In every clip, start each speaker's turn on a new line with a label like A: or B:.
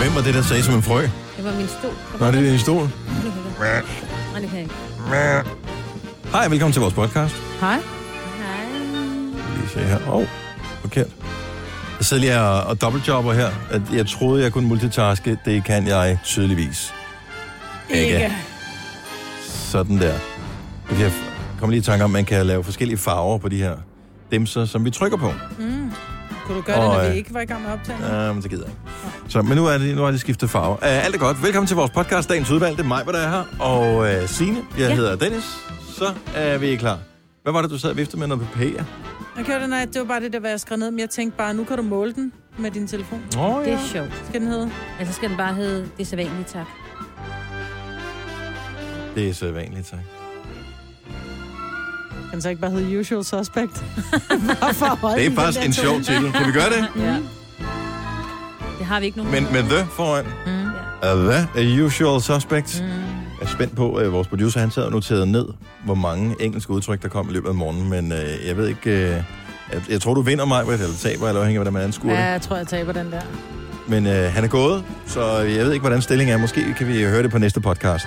A: Hvem var det, der sagde som en frø?
B: Det var min stol.
A: Nå, det er din stol.
B: Nej, det kan jeg ikke.
A: Hej, velkommen til vores podcast.
C: Hej.
B: Hej.
A: Lige se her. Åh, oh, forkert. Jeg sidder lige og, og dobbeltjobber her. At jeg troede, jeg kunne multitaske. Det kan jeg tydeligvis. Ikke. Sådan der. Jeg kan komme lige i tanke om, at man kan lave forskellige farver på de her dimser, som vi trykker på.
C: Kunne du gøre det,
A: Og,
C: når
A: øh,
C: vi ikke var i gang med optagelsen?
A: Ja, men Øhm, det gider jeg ikke. Så, men nu er det, nu er det skiftet farve. Uh, alt er godt. Velkommen til vores podcast, Dagens Udvalg. Det er mig, der er her. Og uh, Signe, jeg ja.
B: Ja.
A: hedder Dennis. Så er vi klar. Hvad var det, du sad og viftede med noget papir?
C: Jeg gjorde det, nej, det var bare det der, hvad jeg skrev ned, men jeg tænkte bare, nu kan du måle den med din telefon.
A: Åh, oh,
B: Det er sjovt.
C: Skal den hedde?
B: Altså skal den bare hedde, det er så vanligt, tak.
A: Det er så vanligt, tak.
C: Kan den så ikke bare hedde Usual Suspect? bare for at holde
A: Det
C: den
A: er faktisk
C: der
A: en
C: tone.
A: sjov titel. Kan vi gøre det?
B: Ja. Det har vi ikke nogen.
A: Men med the foran. Mm. Hvad? A usual suspect. Mm. Jeg er spændt på, at vores producer han sad og noterede ned, hvor mange engelske udtryk, der kom i løbet af morgenen. Men øh, jeg ved ikke... Øh, jeg, jeg tror, du vinder mig, eller taber, eller afhængig af, hvordan man anskuer
C: Ja,
A: det.
C: jeg tror, jeg taber den der.
A: Men øh, han er gået, så jeg ved ikke, hvordan stillingen er. Måske kan vi høre det på næste podcast.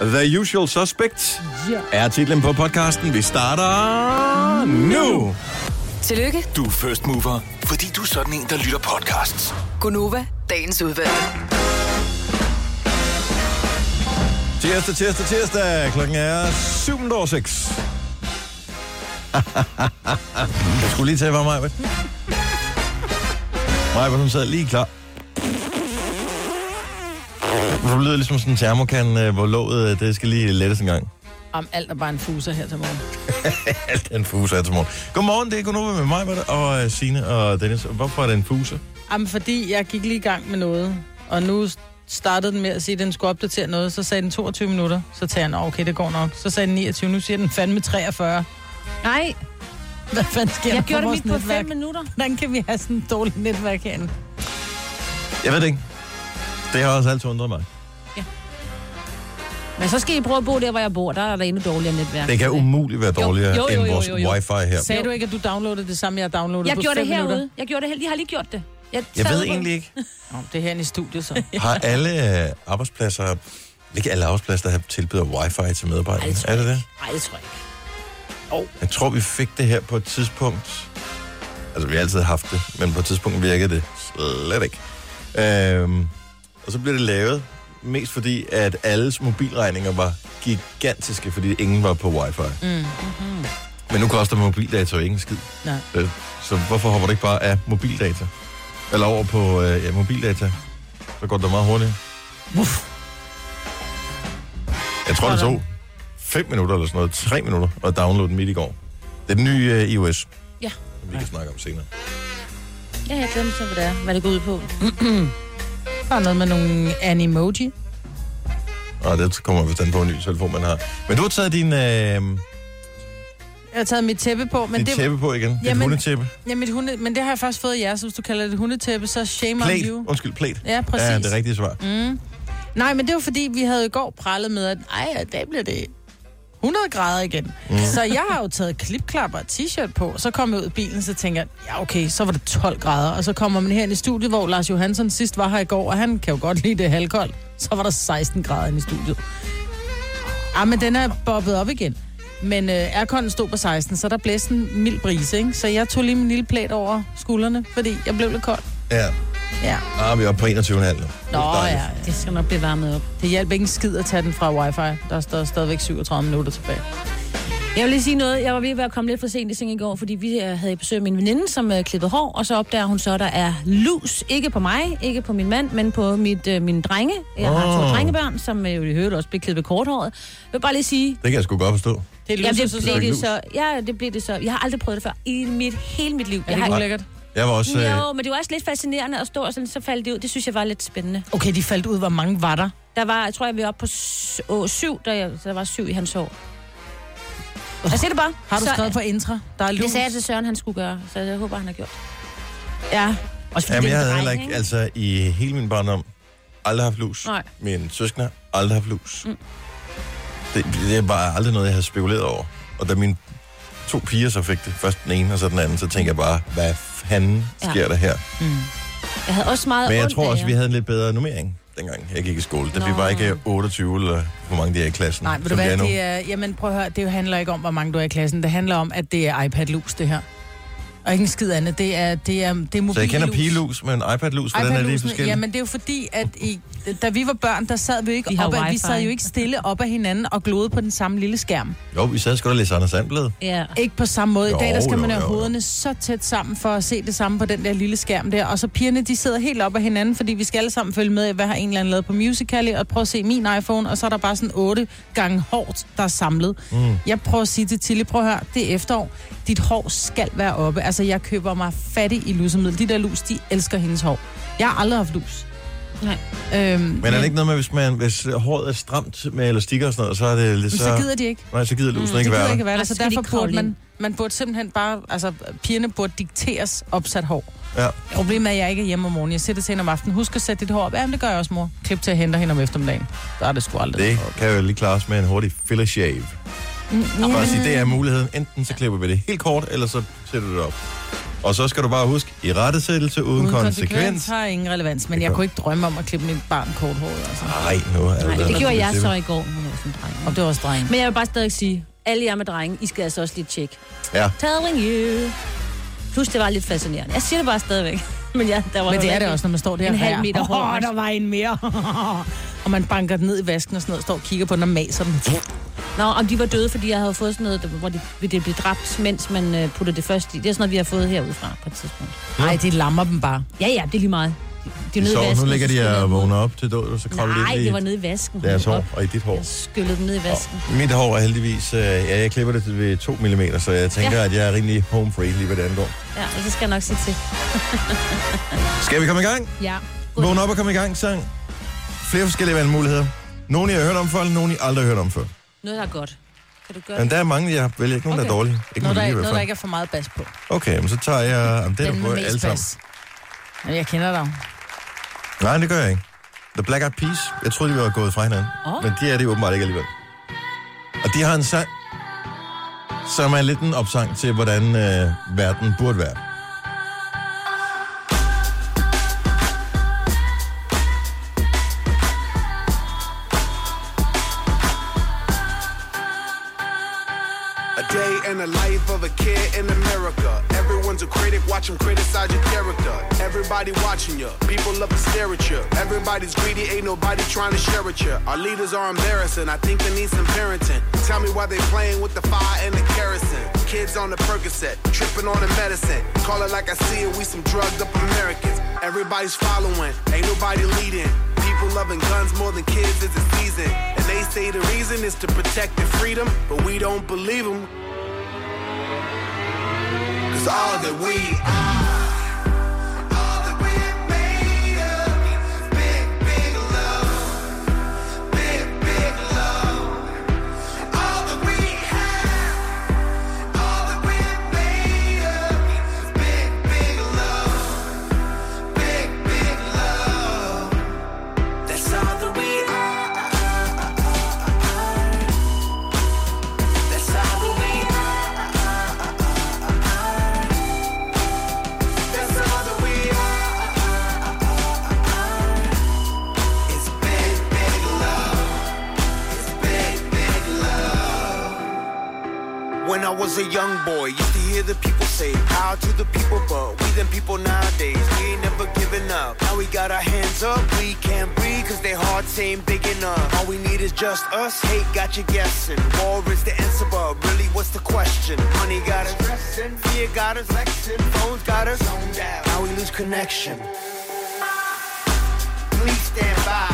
A: Ja. The Usual Suspect
C: Ja.
A: er titlen på podcasten. Vi starter nu!
D: Tillykke,
E: Du er first mover, fordi du er sådan en, der lytter podcasts.
D: Gunova, dagens udvalgte.
A: Tirsdag, tirsdag, tirsdag. Klokken er 7.06. jeg skulle lige tage mig, Maja. Maja, hun sad lige klar. Det lyder ligesom sådan en termokan, øh, hvor låget øh, det skal lige lettes en gang.
C: Om alt er bare en fuser her til morgen.
A: Alt er en fuser her til morgen. Godmorgen, det er Gunova med mig, Britta, og øh, Signe og Dennis. Hvorfor er det en fuser?
C: Jamen, fordi jeg gik lige i gang med noget, og nu startede den med at sige, at den skulle opdatere noget, så sagde den 22 minutter, så tager jeg, "Nå, okay, det går nok. Så sagde den 29, nu siger den fandme 43.
B: Nej,
C: Hvad fanden sker
B: jeg
C: der for
B: gjorde det
C: vores
B: midt på
C: netværk?
B: fem minutter.
C: Hvordan kan vi have sådan et dårligt netværk herinde?
A: Jeg ved det ikke. Det har også altid undret mig.
B: Men så skal I prøve at bo der, hvor jeg bor. Der er der endnu dårligere netværk.
A: Det kan umuligt være dårligere
B: Jo, jo, jo,
A: end vores
B: jo, jo.
A: wifi her.
C: Sagde du ikke, at du downloadede det samme, jeg downloadede
B: Jeg
C: på
B: gjorde
C: fem
B: det herude.
C: Minutter?
B: Jeg gjorde det helt. Jeg har lige gjort det.
A: Jeg
B: sad
A: ved
B: ude på-
A: egentlig ikke.
C: Nå, det er herinde i studiet, så.
A: Har alle øh, arbejdspladser, ikke alle arbejdspladser, der tilbyder wifi til medarbejderne?
B: tror
A: Er det det?
B: Nej, det tror jeg ikke.
A: Jeg tror, vi fik det her på et tidspunkt. Altså, vi har altid haft det, men på et tidspunkt virkede det slet ikke. Øhm, og så blev det lavet, mest fordi, at alles mobilregninger var gigantiske, fordi ingen var på wifi. Mm. Mm-hmm. Men nu koster mobildata jo ikke en skid.
C: Nej.
A: Øh, så hvorfor hopper det ikke bare af mobildata? Eller over på øh, ja, mobildata? Så går det da meget hurtigt.
C: Uff.
A: Jeg tror, det
C: Sådan.
A: tog 5 minutter eller sådan noget, 3 minutter at downloade den midt i går. Det er den nye øh, iOS.
B: Ja.
A: Som vi kan snakke om senere.
B: Ja, jeg glemte så, hvad det er. Hvad det går ud på.
C: Der er noget med nogle animoji.
A: Og det kommer vist an på en ny telefon, man har. Men du har taget din, øh,
C: Jeg har taget mit tæppe på, men
A: din
C: det,
A: tæppe på igen. Dit
C: Jamen-
A: hundetæppe.
C: ja, mit hunde, men det har jeg faktisk fået af jer, så hvis du kalder det hundetæppe, så shame on
A: Plæt.
C: you.
A: Undskyld, plæt.
C: Ja, præcis.
A: Ja, det er rigtige svar. Mm.
C: Nej, men det var fordi, vi havde i går prallet med, at ej, der bliver det 100 grader igen. Mm. Så jeg har jo taget klipklapper og t-shirt på, og så kom jeg ud i bilen, så tænker jeg, ja okay, så var det 12 grader. Og så kommer man her i studiet, hvor Lars Johansson sidst var her i går, og han kan jo godt lide det halvkoldt. Så var der 16 grader inde i studiet. Ja, men den er bobbet op igen. Men øh, airconen stod på 16, så der blæste en mild brise, ikke? Så jeg tog lige min lille plæt over skuldrene, fordi jeg blev lidt kold.
A: Ja.
C: Ja.
A: Ah, vi er oppe på 21,5 nu.
C: Nå, ja, ja.
B: Det skal nok blive varmet op.
C: Det hjalp ikke en skid at tage den fra wifi. Der står stadigvæk 37 minutter tilbage.
B: Jeg vil lige sige noget. Jeg var ved at være kommet lidt for sent i seng i går, fordi vi øh, havde besøg af min veninde, som øh, klippede hår, og så opdager hun så, at der er lus. Ikke på mig, ikke på min mand, men på mit, øh, mine drenge. Jeg har
A: Åh.
B: to drengebørn, som øh, jo i øvrigt også blev klippet korthåret. Jeg vil bare lige sige,
A: Det kan jeg sgu godt forstå.
C: Det er
B: ja,
C: lyset,
B: det
C: så
B: blev
A: ikke
B: det
A: lus.
B: så. Ja, det blev det så. Jeg har aldrig prøvet det før i mit, hele mit liv.
C: er
B: Jeg
C: det
B: har,
C: ikke ulækkert?
A: Jeg var også... Øh,
B: jo, men det var også lidt fascinerende at stå, og sådan, så faldt det ud. Det synes jeg var lidt spændende.
C: Okay, de faldt ud, hvor mange var der?
B: Der var, jeg tror, jeg var oppe på s- åh, syv, der, jeg, der var syv i hans hår. Jeg siger det bare.
C: Har du
B: Så-
C: skrevet på Intra? Der er lus.
B: Det sagde jeg til Søren, han skulle gøre, så jeg håber, han har gjort. Ja. Også
A: jamen, jeg havde
B: dreng,
A: heller ikke, altså i hele min barndom, aldrig haft lus.
B: Nej.
A: Min søskende har aldrig haft lus. Mm. Det, det er bare aldrig noget, jeg havde spekuleret over. Og da mine to piger så fik det, først den ene og så den anden, så tænkte jeg bare, hvad fanden
B: Ja.
A: sker der her?
C: Mm.
B: Jeg havde også meget
A: Men jeg
B: ondt
A: tror
B: af
A: også,
B: jer.
A: vi havde en lidt bedre nummering, dengang jeg gik i skole. Da vi
B: Nå.
A: var ikke 28 eller hvor mange de er i klassen,
C: Nej, ved du
A: som de
C: hvad,
A: er nu.
C: det er, jamen prøv at høre, det handler ikke om, hvor mange du er i klassen. Det handler om, at det er iPad-lus, det her. Og ikke en skid andet. Det er, det er, det er mobil
A: Så jeg kender pigelus, men iPad-lus, hvordan er de forskellige?
C: Jamen, det er jo fordi, at i, da vi var børn, der sad vi jo ikke
B: Vi
C: vi,
B: har
C: op, ad- vi
B: wifi.
C: sad jo ikke stille op af hinanden og gloede på den samme lille skærm.
A: Jo, vi sad sgu da læse Anders Sandblad.
B: Ja.
C: Ikke på samme måde. I
A: Jo,
C: dag, der skal
A: jo,
C: man have
A: jo, jo.
C: hovederne så tæt sammen for at se det samme på den der lille skærm der. Og så pigerne, de sidder helt op af hinanden, fordi vi skal alle sammen følge med, i, hvad har en eller anden lavet på Musical.ly, og prøv at se min iPhone, og så er der bare sådan otte gange hårdt, der er samlet. Mm. Jeg prøver at sige til Tilly, prøv at høre, det er efterår. Dit hår skal være oppe. Altså, jeg køber mig fattig i lusemiddel. De der lus, de elsker hendes hår. Jeg har aldrig haft lus.
B: Nej.
C: Øhm,
A: Men er det ikke noget med, hvis, man, hvis håret er stramt med elastikker og sådan noget, så er det lidt
C: så,
A: så...
C: så gider de ikke.
A: Nej, så gider lusen mm,
C: Det
A: ikke
C: gider
A: være
C: ikke
A: der.
C: være der,
B: Nej,
C: så
B: så skal de
C: derfor
B: ikke
C: burde
B: kravle
C: man,
B: ind.
C: man burde simpelthen bare, altså pigerne burde dikteres opsat hår.
A: Ja.
C: Problemet er, at jeg ikke er hjemme om morgenen. Jeg sætter til hende om aftenen. Husk at sætte dit hår op. Jamen, det gør jeg også, mor. Klip til at hente hende om eftermiddagen. Der er det sgu aldrig.
A: Det kan jo lige klares med en hurtig filler shave. Mm, Bare sige, det er muligheden. Enten så klipper vi det helt kort, eller så sætter du det op. Og så skal du bare huske, i rettesættelse uden, uden konsekvens.
C: har ingen relevans, men jeg
A: godt.
C: kunne ikke drømme om at klippe mit barn kort hår. Altså.
A: Nej, nu er altså
B: Nej,
A: der-
B: det gjorde jeg så i går, men jeg var sådan en dreng.
C: Og det var også dreng.
B: Men jeg vil bare stadig sige, alle jer med drenge, I skal altså også lige tjekke.
A: Ja.
B: Telling you. Plus, det var lidt fascinerende. Jeg siger det bare stadigvæk. Men, ja, der var
C: Men
B: jo
C: det er det
B: rigtig-
C: også, når man står der
B: En
C: og
B: halv
C: rærer.
B: meter hår.
C: Åh, der var en mere. og man banker den ned i vasken og sådan noget, og står og kigger på den og maser den.
B: Nå, om de var døde, fordi jeg havde fået sådan noget, hvor det, det blev dræbt, mens man øh, putter det først i. Det er sådan noget, vi har fået herudefra på et tidspunkt.
C: Nej, det lammer dem bare.
B: Ja, ja, det er lige meget. Det
A: De
B: nede i
A: sover, nu
B: vasken,
A: ligger
B: så
A: de
B: skyller jeg
A: og
B: dem
A: vågner op til død, og så kravler
B: Nej,
A: de
B: det var
A: ind i
B: nede i vasken.
A: deres
B: Hold
A: hår
B: op.
A: og i dit hår.
B: Jeg skyllede dem ned i vasken.
A: Mit hår er heldigvis, øh, ja, jeg klipper det ved 2 mm, så jeg tænker,
B: Ja.
A: at jeg er rimelig home free lige hvad det angår.
B: Ja, og så skal jeg nok sige til.
A: Skal vi komme i gang?
B: Ja. God.
A: Vågn op og kom i gang, sang. Flere forskellige valgmuligheder. Nogle, I har hørt om før, nogle, I aldrig har hørt om før.
B: Noget, der er godt. Kan du gøre
A: Men
B: det?
A: der er mange, jeg vælger. Ikke nogen, okay. der
B: Okay.
A: er dårlige. Ikke
C: Noget,
A: nogen,
C: der,
A: lige
C: noget,
A: i hvert
C: der
A: fald.
C: ikke er for meget bas på.
A: Okay, men så tager jeg... Jamen, det er
C: Den
A: der
C: med
A: både alle
C: mest
A: sammen.
C: bas. Men jeg kender dig.
A: Nej, det gør jeg ikke. The Black Eyed Peas. Jeg troede, de var gået fra hinanden. Oh.
B: Åh.
A: Men de er det åbenbart ikke alligevel. Og de har en sang, som er lidt en opsang til, hvordan øh, verden burde være.
F: A day in the life of a kid in America. Everyone's a critic, watch them criticize your character. Everybody watching you, people love to stare at you. Everybody's greedy, ain't nobody trying to share with you. Our leaders are embarrassing, I think they need some parenting. Tell me why they playing with the fire and the kerosene. Kids on the Percocet, tripping on the medicine. Call it like I see it, we some drugged up Americans. Everybody's following, ain't nobody leading. People loving guns more than kids is a season. And they say the reason is to protect their freedom, but we don't believe them. Cause all that we are. all that we're made of is big, big love. Big, big love. All that we have, all that we're made of is big, big love. Big, big love. That's all that we are. That's all that we are. That's all that we are. It's big, big love. It's big, big love. When I was a young boy, used to hear the people say, "Power to the people," but we them people nowadays, we ain't never giving up. Now we got our hands up, we can't breathe 'cause their hearts ain't big enough. All we need is just us. Hate got you guessing. War is the answer, but really, what's the question? Money got us stressing, fear got us flexing, phones got us zoned out. Now we lose connection please stand by.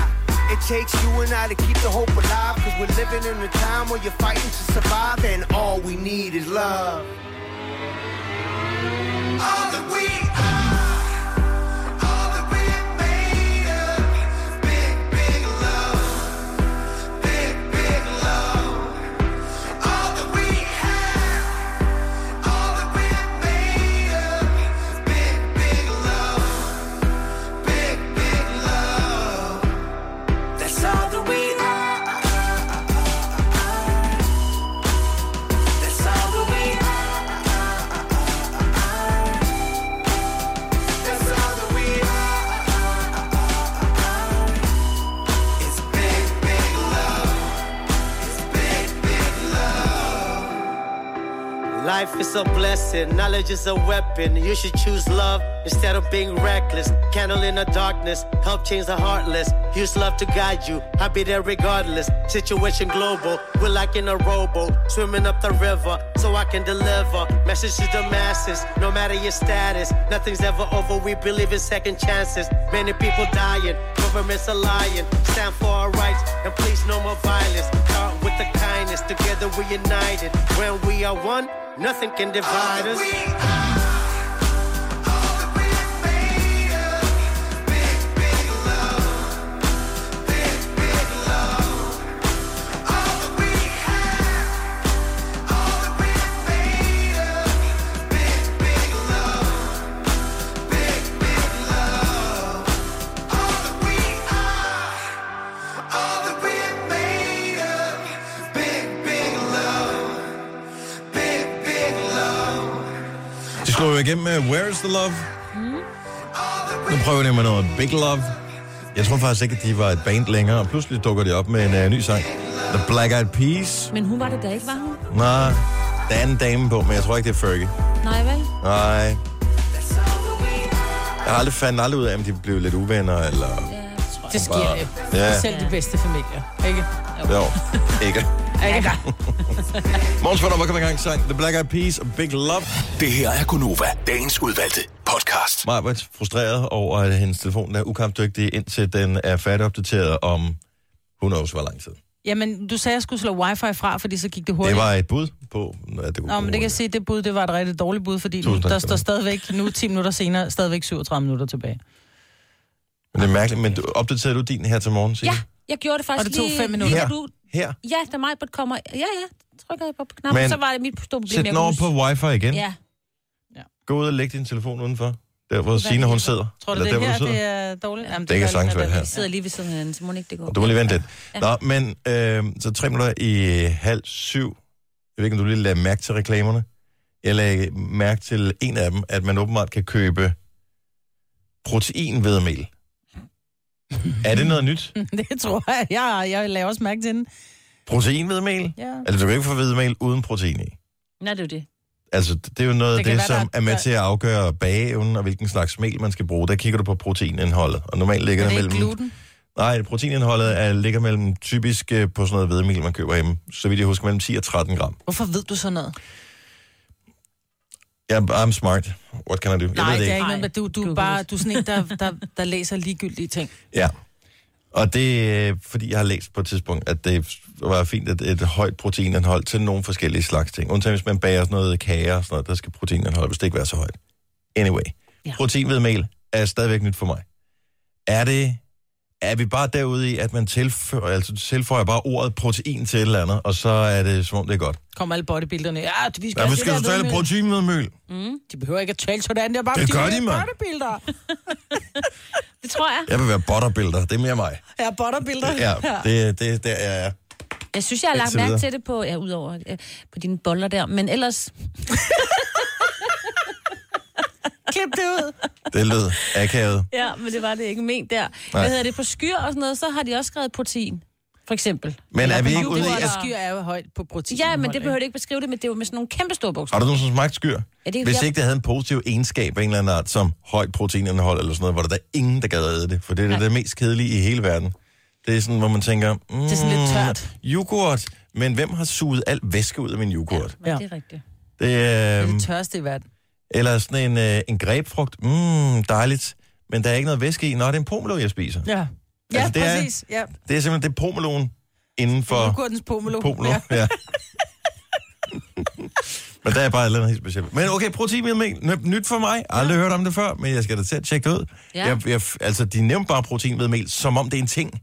F: It takes you and I to keep the hope alive. Cause we're living in a time where you're fighting to survive, and all we need is love. All that we are, all that we're made of is big, big love. Big, big love. All that we have, all that we're made of is big, big love. Big, big love. That's all that we are. That's all that we are.
G: Life is a blessing, knowledge is a weapon. You should choose love instead of being reckless. Candle in the darkness, help change the heartless. Use love to guide you, I'll be there regardless. Situation global, we're like in a rowboat. Swimming up the river so I can deliver. Message to the masses, no matter your status. Nothing's ever over, we believe in second chances. Many people dying, governments are lying. Stand for our rights and please no more violence. Start with the kindness, together we're united. When we are one, Nothing can divide us.
A: De slog jo igennem med Where is the Love?
C: Mm.
A: Nu prøver de med noget Big Love. Jeg tror faktisk ikke, at de var et band længere, og pludselig dukker de op med en uh, ny sang. The Black Eyed Peas.
B: Men hun var det da ikke, var hun?
A: Nej, der er en dame på, men jeg tror ikke, det er Fergie.
B: Nej, vel?
A: Nej. Jeg har aldrig fandt aldrig ud af, om de blev lidt uvenner, eller...
B: Ja, det tror jeg.
C: Det sker
A: Bare-
C: jo.
A: Ja.
C: Selv de bedste familier, ikke?
A: Jo, ikke.
C: ikke?
A: Måns Vandrup, kom i gang sang The Black Eyed Peas og Big Love.
E: Det her er Gunova, dagens udvalgte podcast.
A: Maja var frustreret over, at hendes telefon er ukampdygtig, indtil den er færdigopdateret om who knows hvor lang tid.
C: Jamen, du sagde, at jeg skulle slå wifi fra, fordi så gik det hurtigt.
A: Det var et bud på, at det kunne
C: Nå, men det kan jeg se, det bud, det var et rigtig dårligt bud, fordi nu,
A: Tusind tak
C: der
A: skal
C: står
A: du
C: stadigvæk, nu 10 minutter senere, stadigvæk 37 minutter tilbage.
A: Men det er mærkeligt, men du, opdaterede du din her til morgen, Signe?
B: Ja, jeg gjorde det faktisk
C: Og det tog
B: lige,
C: fem minutter.
B: Lige,
A: Her?
B: da du,
A: Her?
B: ja, da mig kommer... Ja, ja, trykker jeg bare på knappen,
A: Men-
B: så var det mit store problem.
A: Sæt
B: jeg
A: den
B: kunne
A: over
B: huske.
A: på wifi igen.
B: Ja,
A: Gå ud og læg din telefon udenfor. Der, hvor
C: er
A: Signe,
C: det
A: hun
C: her?
A: sidder.
C: Tror du,
A: Eller
C: det
A: der,
C: er
A: hvor
C: her,
A: sidder.
C: det er dårligt? Jamen,
A: Det kan
C: gør
A: sagtens
C: da,
A: være det her.
B: vi sidder lige ved siden af hinanden, så må det ikke det gå.
A: Og du må lige vente lidt. Nå, men øh, så tre minutter i halv syv. Jeg ved ikke, om du lige lagde mærke til reklamerne. Jeg lagde mærke til en af dem, at man åbenbart kan købe proteinvedemel. er det noget nyt?
C: Det tror jeg. Jeg, jeg laver også mærke til den.
A: Proteinvedemel?
C: Ja.
A: Altså, du kan ikke få hvedemel uden protein i.
B: Nej, det er jo det.
A: Altså, det er jo noget af
C: Det kan
A: det,
C: være, der
A: som
C: er-
A: er med
C: der-
A: til at afgøre bageevnen og hvilken slags mel, man skal bruge. Der kigger du på proteinindholdet, og normalt ligger
C: Er
A: det,
C: det ikke
A: mellem...
C: gluten?
A: Nej, proteinindholdet er, ligger mellem typisk øh, på sådan noget hvedemel, man køber hjemme. Så vidt jeg husker, mellem 10 og 13 gram.
C: Hvorfor ved du sådan noget?
A: Jeg I'm smart. What can I do?
C: Nej,
A: jeg ved
C: det
A: det
C: er ikke
B: Nej.
C: noget, men du, du, er
B: Google.
C: bare, du er sådan en, der, der, der læser ligegyldige ting.
A: Ja. Og det er, øh, fordi jeg har læst på et tidspunkt, at det var fint, at et højt proteinindhold til nogle forskellige slags ting. Undtagen hvis man bager sådan noget kager og sådan noget, der skal proteinindholdet bestemt ikke være så højt. Anyway. Ja.
B: Ja.
A: Proteinvedmel er stadigvæk nyt for mig. Er det... Er vi bare derude i, at man tilføjer, altså tilføjer bare ordet protein til et eller andet, og så er det som om det er godt?
C: Kommer alle bodybuilderne. Ja, vi skal,
A: Ja,
C: have
A: men
C: det
A: skal
C: der
A: du tale
C: ved-
A: proteinvedmel?
C: De behøver ikke at tale sådan, det er bare,
A: Det gør
C: vil
A: de,
C: være
A: mand.
C: bodybuilder.
B: Det tror jeg.
A: Jeg vil være butterbuilder, det er mere mig.
C: Ja, bodybuilder.
A: Ja, det, det, det er...
B: Jeg synes, jeg har lagt
A: Indtil
B: mærke
A: videre.
B: til det på, ja, udover øh, på dine boller der, men ellers...
C: Klip det ud.
A: Det lød akavet.
B: Ja, men det var det ikke ment der.
A: Nej.
B: Hvad hedder det, på skyr og sådan noget, så har de også skrevet protein, for eksempel.
A: Men er vi
C: Nå,
A: ikke ude i... Altså,
C: det var
A: At...
C: der skyr er jo højt på protein. Øhm.
B: Ja, men det behøver du ikke beskrive det, men det er jo med sådan nogle kæmpe store bukser.
A: Har du nogensinde smagt skyr?
B: Ja, det er
A: Hvis
B: jeg-
A: ikke det havde en positiv egenskab af en eller anden art, som højt proteinindhold eller sådan noget, var der da ingen, der gad at æde det, for det er det, det mest kedelige i hele verden. Det er sådan, hvor man tænker, mm, det
C: er sådan lidt tørt.
A: yoghurt, men hvem har suget alt væske ud af min yoghurt?
B: Ja.
C: Ja.
B: Det er rigtigt.
A: Det er,
C: Det er
A: øhm,
C: det tørste i verden.
A: eller sådan en, øh, en grebfrugt, mm, dejligt, men der er ikke noget væske i, når det er en pomelo, jeg spiser.
C: Ja, ja
A: Altså,
C: altså,
A: det er-
C: præcis. Ja.
A: Det er simpelthen, det er pomeloen inden for...
C: Yoghurtens pomelo.
A: Pomelo,
C: Ja.
A: ja. men der er bare et eller andet helt specielt. Men okay, proteinvedmel, nyt for mig. Aldrig hørt om det før, men jeg skal da til at tjekke det ud.
B: Ja.
A: Jeg, jeg, altså, de nævnte bare proteinvedmel, som om det er en ting.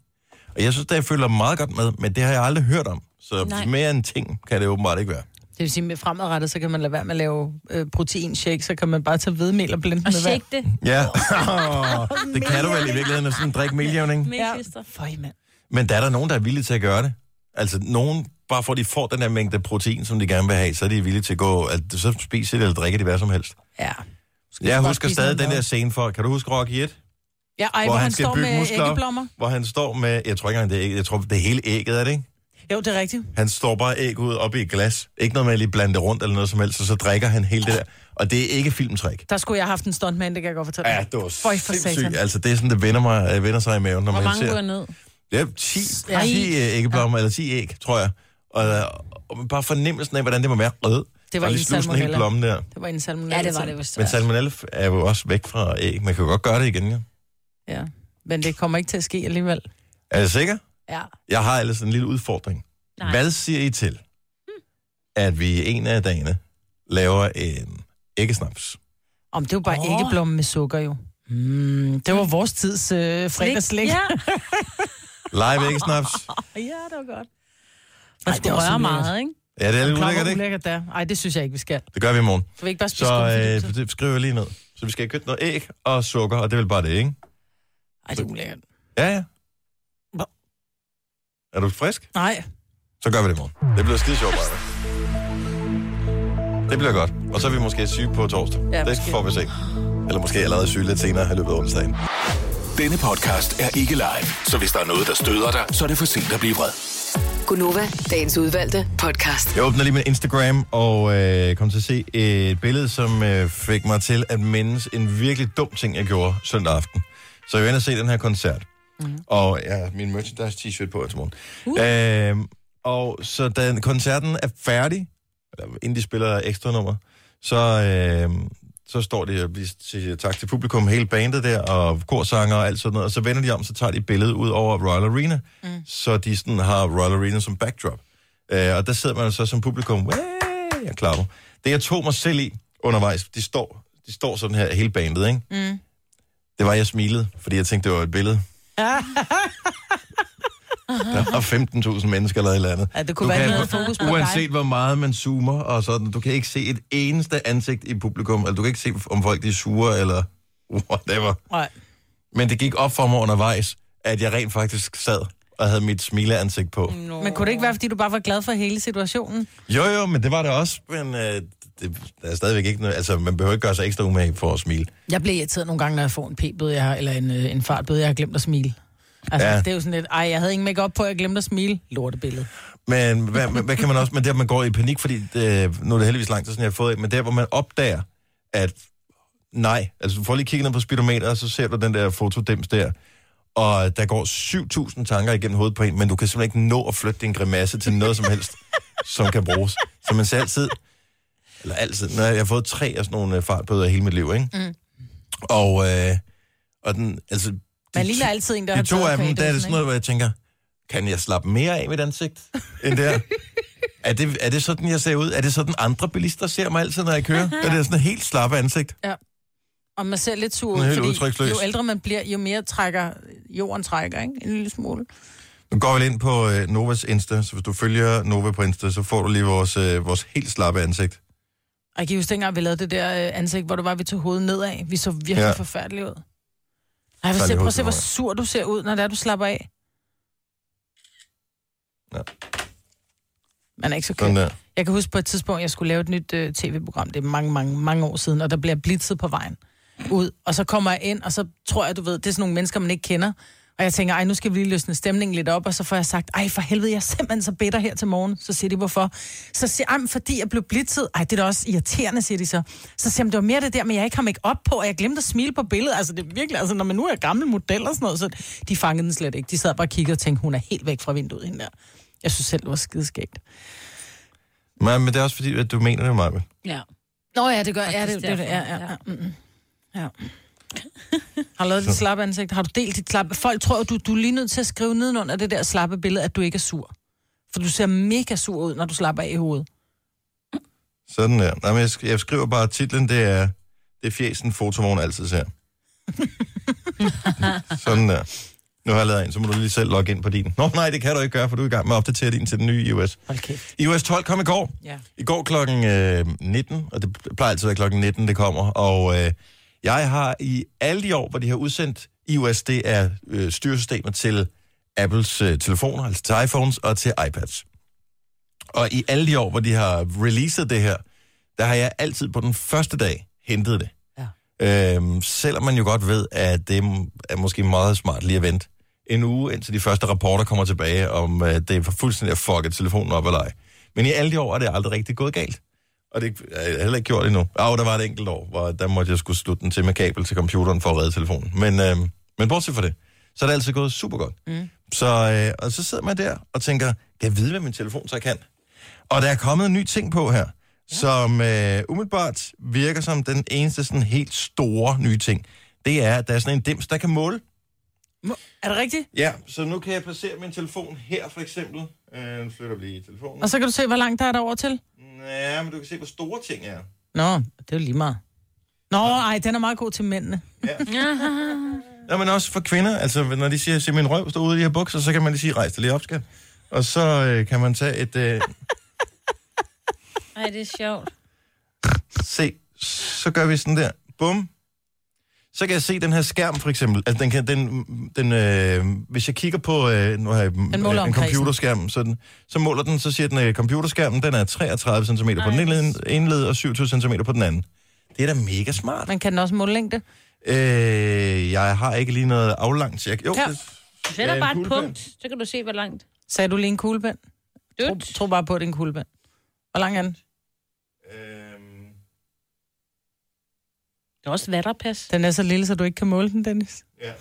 A: Og jeg synes, det jeg føler meget godt med, men det har jeg aldrig hørt om. Så Nej.
B: Nej.
A: mere end ting kan det åbenbart ikke være.
C: Det vil sige, med fremadrettet, så kan man lade være med at lave øh, proteinshake, så kan man bare tage hvedemel og blende
B: Og
C: den med vand.
B: shake det.
A: Ja, det kan du vel i virkeligheden, at sådan drikke meljævning.
B: Ja.
C: Føj, mand.
A: Men der er der nogen, der er villige til at gøre det. Altså nogen, bare for at de får den her mængde protein, som de gerne vil have, så er de villige til at gå, at så spise det eller drikke det, hvad som helst.
C: Ja.
A: Jeg
C: bare
A: husker
C: spise
A: stadig
C: noget
A: den
C: mad.
A: der scene for, kan du huske Rocky 1?
C: Ja, ej, hvor, han, står med æggeblommer.
A: Hvor han står med, jeg tror ikke engang, det er æg, jeg tror, det er hele ægget, er det ikke?
C: Jo, det er rigtigt.
A: Han står bare æg ud op i et glas. Ikke noget med at lige blande det rundt eller noget som helst, og så drikker han hele det der. Og det er ikke filmtræk.
C: Der skulle jeg have haft en stuntmand, det kan jeg godt fortælle
A: Ja,
C: dig.
A: det var
C: Føj for
A: sindssygt.
C: satan.
A: Altså, det er sådan, det vender, mig, øh, vender sig i maven, når
B: Hvor
A: man
B: mange går
A: ser.
B: ned?
A: Det er 10,
C: Ja.
A: 10 øh, æggeblommer, eller 10 æg, tror jeg. Og, øh, og bare fornemmelsen af, hvordan det må være rød.
C: Det var
A: og
C: en
A: lige sluge sådan en hel
C: salmonella.
A: blomme der.
C: Det var en salmonella.
B: Ja, det var det vist.
A: Men salmonella er jo også væk fra æg. Man kan jo godt gøre det igen, jo.
C: Ja. Men det kommer ikke til at ske alligevel.
A: Er jeg sikker?
C: Ja.
A: Jeg har ellers en lille udfordring. Nej.
B: Nej.
A: Hvad siger I til, at vi en af dagene laver en æggesnaps?
C: Om det var bare
B: Åh.
C: oh. æggeblomme med sukker jo. Mm, det var vores tids øh, fredagslæg.
B: Ja,
A: Live æggesnaps?
C: ja, det var godt.
B: man
C: Ej, det
B: skulle
C: er også
B: røre
C: ulækkert.
B: meget, ikke?
A: Ja, det er lidt
C: Klapper
A: ulækkert, ikke?
C: ulækkert der. Ej, det synes jeg ikke, vi skal.
A: Det gør vi i morgen.
C: Kan vi ikke bare spise
A: Så
C: skumfiduser?
A: øh, det skriver jeg lige ned. Så vi skal have købt noget æg og sukker, og det er vel bare det, ikke?
C: Ej, det er ulækkert.
A: Ja, ja.
C: Nå.
A: Er du frisk?
C: Nej.
A: Så gør vi det i morgen. Det bliver skide sjovt, bare. Det bliver godt. Og så er vi måske syge på torsdag.
C: Ja,
A: det
C: måske.
A: får vi se. Eller måske allerede syge lidt senere i løbet af onsdagen.
E: Denne podcast er ikke live, så hvis der er noget, der støder dig, så er det for sent at blive vred.
D: Gunova, dagens udvalgte podcast.
A: Jeg åbner lige min Instagram og øh, kom til at se et billede, som øh, fik mig til at mindes en virkelig dum ting, jeg gjorde søndag aften. Så jeg var inde og se den her koncert. Mm. Og jeg har min merchandise-t-shirt på her til morgen. Uh. Øh, og så da koncerten er færdig, eller inden de spiller ekstra nummer, så, øh, så står de og vi siger tak til publikum, hele bandet der, og korsanger og alt sådan noget. Og så vender de om, så tager de et billede ud over Royal Arena. Mm. Så de sådan har Royal Arena som backdrop. Øh, og der sidder man så som publikum, "Way!" og klapper. Det jeg tog mig selv i undervejs, de står, de står sådan her, hele bandet, ikke? Mm. Det var, jeg smilede, fordi jeg tænkte, det var et billede. der var 15.000 mennesker eller et eller andet.
C: Ja, det kunne
A: Du
C: være
A: kan-
C: noget fokus på
A: Uanset
C: dig.
A: hvor meget man zoomer og sådan, du kan ikke se et eneste ansigt i publikum, eller du kan ikke se, om folk de er sure eller whatever.
C: Nej.
A: Men det gik op for mig undervejs, at jeg rent faktisk sad og havde mit smileansigt på.
C: No. Men kunne det ikke være, fordi du bare var glad for hele situationen?
A: Jo, jo, men det var det også, men øh, det, der er stadigvæk ikke noget, altså man behøver ikke gøre sig ekstra umage for at smile.
C: Jeg bliver irriteret nogle gange, når jeg får en p-bøde, jeg har, eller en, øh, en fartbøde, jeg har glemt at smile. Altså,
A: Ja.
C: ja. det er jo sådan lidt, ej, jeg havde ingen make på, jeg glemte at smile. Lortebillede.
A: Men hvad, hvad- hvad kan man også, men der man går i panik, fordi det, nu er det heldigvis langt, siden jeg har fået en, men der hvor man opdager, at nej, altså du får lige kigget ned på speedometer, og så ser du den der fotodems der, og der går 7.000 tanker igennem hovedet på en, men du kan simpelthen ikke nå at flytte din grimasse til noget som helst, som kan bruges. Så man ser altid, eller altid, når jeg har fået tre af sådan nogle øh, fartbøder i hele mit liv, ikke? Mm. Og, øh, og den, altså... de
C: Man ligner
A: to-
C: altid en, der
A: de
C: har
A: to
C: taget
A: af dem,
C: kagedåsen,
A: der er det sådan
C: ikke?
A: noget, hvor jeg tænker, kan jeg slappe mere af mit ansigt end der? er, det, er det sådan, jeg ser ud? Er det sådan, andre bilister ser mig altid, når jeg kører? er det sådan et helt slappe ansigt?
C: Og man ser lidt sur
A: Den er
C: ud,
A: helt
C: fordi
A: udtryksløs.
C: jo ældre man bliver, jo mere trækker jorden trækker, ikke? En lille smule.
A: Nu går vi ind på øh, Novas Insta, så hvis du følger Nova på Insta, så får du lige vores, øh, vores helt slappe ansigt.
C: Og jeg kan huske dengang, vi lavede det der øh, ansigt, hvor du var, vi tog hovedet nedad. Vi så virkelig
A: Ja.
C: ja. forfærdeligt ud. Ej,
A: Særlig
C: hvor se, prøv at
A: hos
C: se, hvor
A: Nora.
C: sur du ser ud, når det er, du slapper af.
A: Ja.
C: Man er ikke så køn.
A: Sådan der.
C: Jeg kan huske på et tidspunkt, jeg skulle lave et nyt øh, tv-program. Det er mange, mange, mange år siden, og der bliver jeg blitzet på vejen ud. Og så kommer jeg ind, og så tror jeg, du ved, det er sådan nogle mennesker, man ikke kender. Og jeg tænker, ej, nu skal vi lige løsne stemningen lidt op, og så får jeg sagt, ej, for helvede, jeg er simpelthen så bitter her til morgen. Så siger de, hvorfor? Så siger jeg, "Ej, men fordi jeg blev blitzet. Ej, det er da også irriterende, siger de så. Så siger jeg, "Men det var mere det der, men jeg ikke har make op på, og jeg glemte at smile på billedet. Altså, det er virkelig, altså, når man nu er gammel model og sådan noget, så de fangede den slet ikke. De sad bare og kiggede og tænkte, hun er helt væk fra vinduet, hende der. Jeg synes selv, det var skideskægt.
A: Men, men det er også fordi, at du mener det, Maja.
B: Ja.
C: Nå ja, det gør
B: Faktisk
C: ja, det, det, det, ja,
B: derfor,
C: ja, ja. Mm, mm. ja. Har du lavet dit slappe ansigt? Har du delt dit slappe? Folk tror, at du, du er lige nødt til at skrive nedenunder det der slappe billede, at du ikke er sur. For du ser mega sur ud, når du slapper af i hovedet.
A: Sådan der. Nej, men jeg, sk- jeg skriver bare titlen, det er, det er fjesen fotovogn altid ser. Sådan der. Nu har jeg lavet en, så må du lige selv logge ind på din. Nå nej, det kan du ikke gøre, for du er i gang med at opdatere din til den nye iOS.
C: Hold kæft.
A: iOS 12 kom i går.
C: Ja.
A: I går klokken øh, 19, og det plejer altid at være klokken 19, det kommer. Og øh, jeg har i alle de år, hvor de har udsendt iOS, det er øh, styresystemet til Apples øh, telefoner, altså til iPhones og til iPads. Og i alle de år, hvor de har releaset det her, der har jeg altid på den første dag hentet det. Ja. Øhm, selvom man jo godt ved, at det er måske meget smart lige at vente en uge, indtil de første rapporter kommer tilbage, om øh, det er fuldstændig at fucke telefonen op eller ej. Men i alle de år er det aldrig rigtig gået galt. Og det er heller ikke gjort endnu. Og der var et enkelt år, hvor der måtte jeg skulle slutte den til med kabel til computeren for at redde telefonen. Men, øh, men bortset fra det, så er det altid gået super godt. Mm. Så, øh, og så sidder man der og tænker, kan jeg vide, hvad min telefon så kan? Og der er kommet en ny ting på her, ja. som øh, umiddelbart virker som den eneste sådan helt store nye ting. Det er, at der er sådan en dims, der kan måle.
C: Må- Er det rigtigt?
A: Ja, så nu kan jeg placere min telefon her for eksempel. Øh, nu flytter vi lige telefonen.
C: Og så kan du se, hvor langt der er derover til.
A: Ja, men du kan se, hvor store ting er.
C: Nå, det er jo lige meget. Nå, ej, den er meget god til mændene.
A: Ja, men også for kvinder. Altså, når de siger, se min røv står ude i de her bukser, så kan man lige sige, rejs dig lige op, skat. Og så øh, kan man tage et, øh,
B: Nej, det er sjovt.
A: se, så gør vi sådan der, bum. Så kan jeg se den her skærm, for eksempel. Altså, den kan, den, den, øh, hvis jeg kigger på øh, nu har jeg, den
C: måler
A: en
C: omkredsen.
A: computerskærm, så, den, så måler den, så siger den, øh, computerskærmen, den er 33 cm på den ene led, ene led og 27 cm på den anden. Det er da mega smart.
C: Man kan den også måle længde.
A: Øh, jeg har ikke lige noget aflangt. Jeg, jo,
C: Ja.
A: det,
B: Så er der
A: Ja,
B: bare
A: en
B: et
A: kuglepen.
B: punkt, så kan du se, hvor langt.
C: Sagde du lige en kuglepen? Tro,
B: Dødt.
C: tro bare på, at det er en kuglepen. Hvor lang er den?
A: øh,
B: Det er også vatterpas.
C: Den er så lille, så du ikke kan måle den, Dennis.
A: ja.